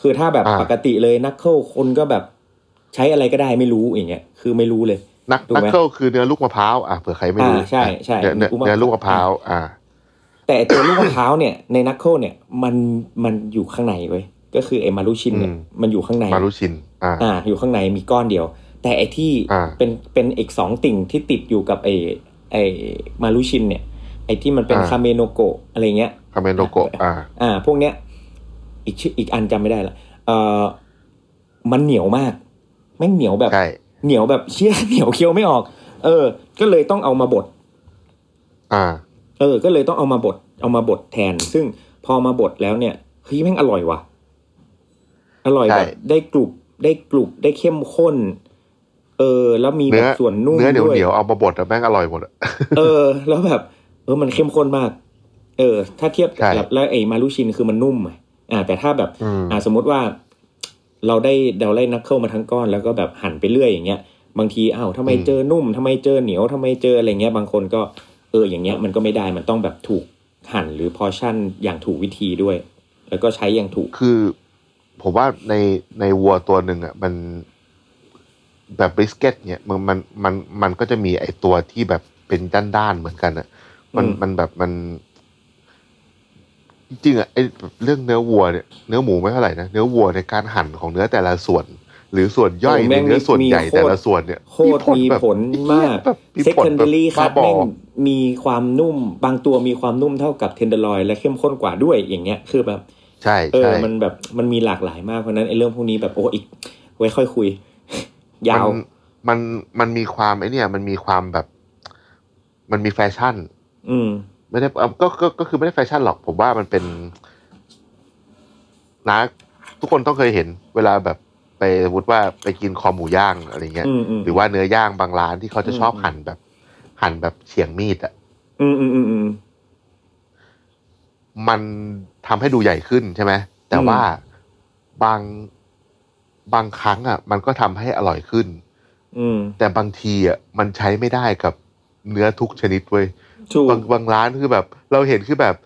คือถ้าแบบ
อ่า
ปกติเลยนักเคิลคนก็แบบใช้อะไรก็ได้ไม่รู้อย่างเงี้ยคือไม่รู้เลย
นัก
ถูกไหม
นักเคิลคือเนื้อลูกมะพร้าวอ่ะเผื่อใครไม่รู้
อ่าใช่ใช่
เนื้อเนื้อ
ลูกมะพร้าว
เนื้อลูกมะพร้าวอ่า
แต่ไอ้ตัวลูกมะพร้าวเนี่ยในนักเคิลเนี่ยมันมันอยู่ข้างในเว้ยก็คือไอ้มารุชินเนี่ย
อืม
มันอยู่ข้างใน
มารุชินอ่า
อ่าอยู่ข้างในมีก้อนเดียว แต่ไอที่
อ่า
เป็นเป็นอีกสองติ่งที่ติดอยู่กับไอไอมารุชินเนี่ย ไอที่มันเป็น
อ่า
คาเมโนโกะอะไรเงี้ย
คาเมนโดโกะอ่า
อ่า พวกเนี้ย อีกชื่ออีกอันจำไม่ได้ละเอ่อมันเหนียวมากแม่งเหนียวแบบ
ใช่
เหนียวแบบเชี่ย (laughs) เหนียวเคี้ยวไม่ออก เออ ก็เลยต้องเอามาบด
อ่า
เออ ก็เลยต้องเอามาบด เอามาบดแทน ซึ่งพอมาบดแล้วเนี่ย เฮ้ยแม่งอร่อยว่ะ อร่อยแบบ
ใช่
ได้กรุบ ได้กรุบ ได้เข้มข้น เออ แล้วมี
เนื้
แบ
อ
บส่วนนุ่ม
เนื้อเหนียว
ด้ว
เห
ย
นียวๆเอามาบดแล้วแม่งอร่อยหมดอะ
เอ
(laughs)
อ แล้วแบบ เออ มันเข้มข้นมาก เออ ถ้าเทียบ
ใช่
กับแล้วไอ้มารุชินคือมันนุ่มอะอ่า แต่ถ้าแบบ
อืม
อ่าสมมติว่าเราได้เราได้นักเข้ามาทั้งก้อนแล้วก็แบบหั่นไปเรื่อยอย่างเงี้ยบางทีอ้าวทำไม
อืม
เจอนุ่มทำไมเจอเหนียวทำไมเจออะไรเงี้ยบางคนก็เอออย่างเงี้ยมันก็ไม่ได้มันต้องแบบถูกหั่นหรือพอชั่นอย่างถูกวิธีด้วย แล้วก็ใช้อย่างถูก
คือ ผมว่าในในวัวตัวหนึ่งอ่ะมันแบบบริสเกตเนี่ยมันมันมันมันก็จะมีไอตัวที่แบบเป็นด้านด้านๆเหมือนกันอ่ะ มัน
อืม
มันแบบมัน จริงๆอ่ะไอเรื่องเนื้อวัวเนี่ยเนื้อหมูไม่เท่าไหร่นะเนื้อวัวในการหั่นของเนื้อแต่ละส่วน หรือส่วนย่อยห
โอ้
รื
แม่
อง เนื้อส่วนใหญ่
มีโคตร
แต่ละส่วนเนี่ย
โคตรมี
แบบ
ผลมาก
แบบมีผลแบบ
secondary
บ้า
คัด
บอ
แม่งมีความนุ่ม บางตัวมีความนุ่มเท่ากับเทนเดอร์ลอยและเข้มข้นกว่าด้วยอย่างเงี้ยคือแบบ
ใช่
เออ
ใช่
มันแบบมันมีหลากหลายมากเพราะฉะนั้นไอ้เรื่องพวกนี้แบบโอ้อีก ไว้ค่อย (laughs) คุย ยาว
มันมันมันมีความไอเนี่ย มันมีความแบบ มันมีแฟชั่น
อืม
ไม่ได้เอาก็ก็ก็คือไม่ได้แฟชั่นหรอก ผมว่ามันเป็นนะทุกคนต้องเคยเห็น เวลาแบบไปสมมติว่าไปกินคอหมูย่างอะไรเงี้ย
อืมอืม
หรือว่าเนื้อย่างบางร้านที่เขาจะชอบ
อืม
หั่นแบบ หั่นแบบเฉียงมีดอ่ะ
อืมอืมอืมอืม
มันทำให้ดูใหญ่ขึ้นใช่ไหมแต่ว่าบางบางครั้งอ่ะ มันก็ทำให้อร่อยขึ้น
อืม
แต่บางทีอ่ะมันใช้ไม่ได้กับเนื้อทุกชนิดเว้ย
ถูก
บางบางร้านคือแบบ เราเห็นคือแบบ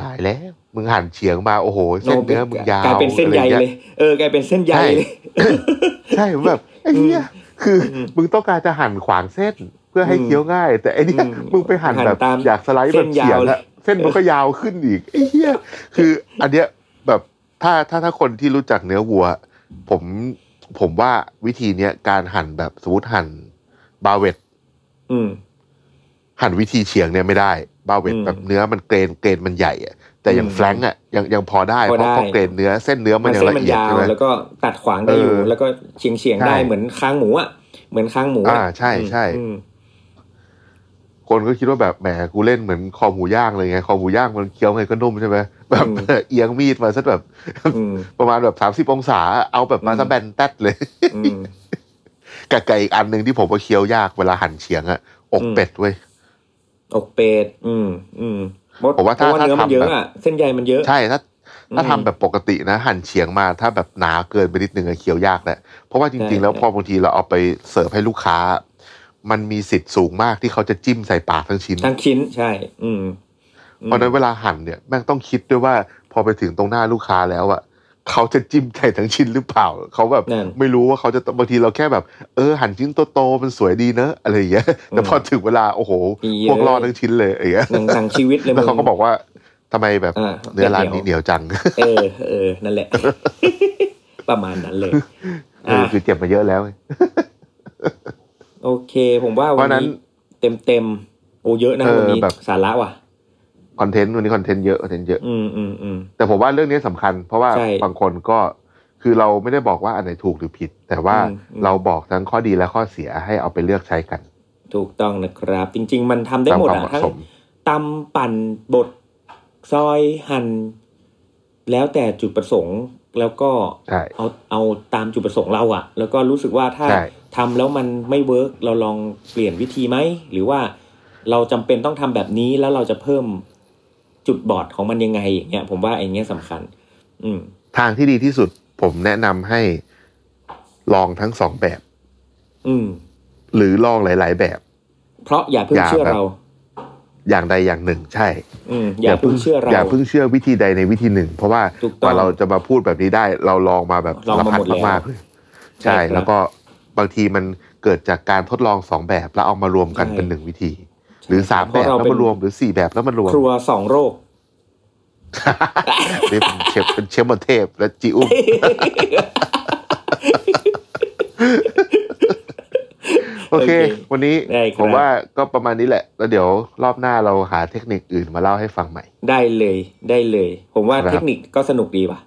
ตายแล้ว มึงหั่นเฉียงมาโอ้โห เส้นเนื้อมึงยาว
กลายเป็นเส้นใย
อะไร
เล (laughs)
งี้
ย เออกลายเป็นเส้นใย
ใช่
เลย
ใช่ผมแบบไอ้เนี้ยคืออมึงต้องการจะหั่นขวางเส้นเพื่อให้
อืม
เคี้ยวง่าย แต่ไอ้เนี้ย
อืม
มึงไปหั่น
หั่น
แบบ
ตาม
อยากสไลด์แบบเฉีย
เส้นยาว
ง
เล
อะ
ย
เส้นมันก็ยาวขึ้นอีกไอ้เนี้ยคือ อันเนี้ยแบบถ้าถ้าถ้าคนที่รู้จักเนื้อวัว ผมผมว่าวิธีเนี้ยการหั่นแบบสมมติหั่นบาเวต
อืม
หั่นวิธีเฉียงเนี่ยไม่ได้บาเวต
อืม
แบบเนื้อมันเกรนเกรนมันใหญ่อะแต่อย่าง
อืม
แฟรงก์อะยังยังพอได้เพ
พอได้
ราะเพราะเกรนเนื้อเส้นเนื้อมันยัง
เส้น
ละ
มัน
เอียด
ยาว
ใช่ไหม
แล้วก็ตัดขวางได้
เออ
อ
อยู่
แล้วก็เฉียงเฉียงๆได้
ใช่
เหมือนคางหมูอ่ะเหมือนคางหมูะ
อ่าใช่ใช่
อืม
คนก็คิดว่าแบบแหมกูเล่นเหมือนคอหมูย่างเลยไงคอหมูย่างมันเคี้ยวไงก็นุ่มใช่ไหมแบบ เอียงมีดมาสักแบบ
อืม
ประมาณแบบสามสิบองศา เอาแบบมา
อืม
ซะแบนแต๊ดเลย
อืม
กับไก่อีกอันหนึ่งที่ผมว่าเคี้ยวยากเวลาหั่นเฉียงอะอก
อืม
เป็ดเว้ย
อกเป็ดอืมอืม
ผมว่าถ้า
เพระ
ถ้า
เนื้อมันเยอะ
ทำแบบ
อ่ะเส้นใยมันเยอะ
ใช่ถ้าถ้า
อืม
ทำแบบปกตินะ หั่นเฉียงมาถ้าแบบหนาเกินไปนิดนึงอะเคี้ยวยากแหละเพราะว่าจ
ใช่
ริง ๆ แล้ว
ใช่
พอบางทีเราเอาไปเสิร์ฟให้ลูกค้า มันมีสิทธิ์สูงมากที่เขาจะจิ้มใส่ปากทั้งชิ้น
ทั้งชิ้นใช่ อืมอืม
เพราะฉะนั้นเวลาหั่นเนี่ยแม่งต้องคิดด้วยว่าพอไปถึงตรงหน้าลูกค้าแล้วอะ เขาจะจิ้มใจทั้งชิ้นหรือเปล่า เขาแบบ
นั่น
ไม่รู้ว่าเขาจะบางทีเราแค่แบบ เออหั่นชิ้นโตๆมันสวยดีเนอะอะไรอย่างเงี้ยแต่พอถึงเวลาโอ้โห
อีเยอะ
พวกรอดทั้งชิ้นเลยอะไรอย่างเงี้ย
หนังหนังชีวิตเลย
แล้วเขา
มึง
ก็บอกว่าทำไมแบบ
อ่ะ
เนื้อร้านนี้เหนียวจัง
เออเออนั่นแหละ (laughs) ประมาณนั้นเลย
เอ
อ่ะ
อคือเจ็บมาเยอะแล้ว
โอเค ผมว่า
เพ
วัน
ราะฉะนั้น
นี้เต็มเต็มๆโอ้เยอะนะ
เออ
วันนี้
แบบ
สาระว่ะ
คอนเทนต์วันนี้คอนเทนต์เยอะคอนเทนต์เยอะ
อืมอืมอืม
แต่ผมว่าเรื่องนี้สำคัญ เพราะว่า
ใช่
บางคนก็คือเราไม่ได้บอกว่าอันไหนถูกหรือผิด แต่ว่า
อืมอืม
เราบอกทั้งข้อดีและข้อเสียให้เอาไปเลือกใช้กัน
ถูกต้องนะครับ จริง ๆ มันทำได้
ตาม
หมด
ความ
อ่ะ
เหมาะ
ทั้ง
สม
ตำปั่นบดซอยหั่นแล้วแต่จุดประสงค์แล้วก็
ใช่
เอาเอาตามจุดประสงค์เราอ่ะ แล้วก็รู้สึกว่าถ้า
ใช่
ทำแล้วมันไม่เวิร์กเราลองเปลี่ยนวิธีไหม หรือว่าเราจำเป็นต้องทำแบบนี้แล้วเราจะเพิ่มจุดบอดของมันยังไงอย่างเงี้ยผมว่าไอ้เงี้ยสำคัญ อืม
ทางที่ดีที่สุดผมแนะนำให้ลองทั้งสองแบบ
อืม
หรือลองหลาย ๆ แบบ
เพราะอย่าเพิ่ง
อย่า
เชื่อ
แบบ
เรา
อย่างใดอย่างหนึ่ง ใช่
อืม อย่าเพิ่งเชื่อเรา
ย่าเพิ่งเชื่อวิธีใดในวิธีหนึ่ง เพราะว่า
ถูกต้อง
กว่าเราจะมาพูดแบบนี้ได้ เราลองมาแบบ
ลองมาหมดแล้ว
มากๆเลย
ใช่
ใช่
ครับ
แล้วก็บางทีมันเกิดจากการทดลองสองแบบแล้วเอามารวมกัน
ใช่
เป็นหนึ่งวิธี หรือสาม
เพ
แบบ
ราะเรา
แล้ว
เป็น
มารวมหรือสี่แบบแล้วมารวม
ครัวสองโรค
นี่เป็นเชฟเป็นเชฟบนเทพและจิอุ้ม
โอ
โอเค
เค
วันนี้
ได้ครับ
ผมว่าก็ประมาณนี้แหละ แล้วเดี๋ยวรอบหน้าเราหาเทคนิคอื่นมาเล่าให้ฟังใหม่
ได้เลยได้เลย ผมว่า
ครับ
เทคนิคก็สนุกดีว่ะ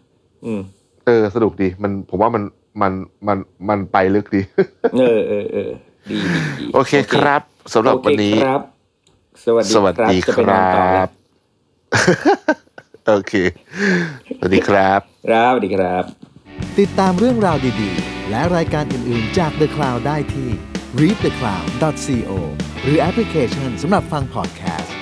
อืม
เออสนุกดีมันผมว่ามันมันมันมันไปลึกดี
เออเออเออดีดีดี
โอเคครับสำหรับ
โอเค
วันนี้
ครับ สวัสดี
สวัส
ครับ
ดี
จะ
ค
ไปนอนต่อ
รั
แล้ว
บ โอเค สวัสดีครับ
ครับสวัสดีครับ
ติดตามเรื่องราวดีๆ และรายการอื่นๆจาก The Cloud ได้ที่ readthecloud.co หรือแอปพลิเคชันสำหรับฟัง podcast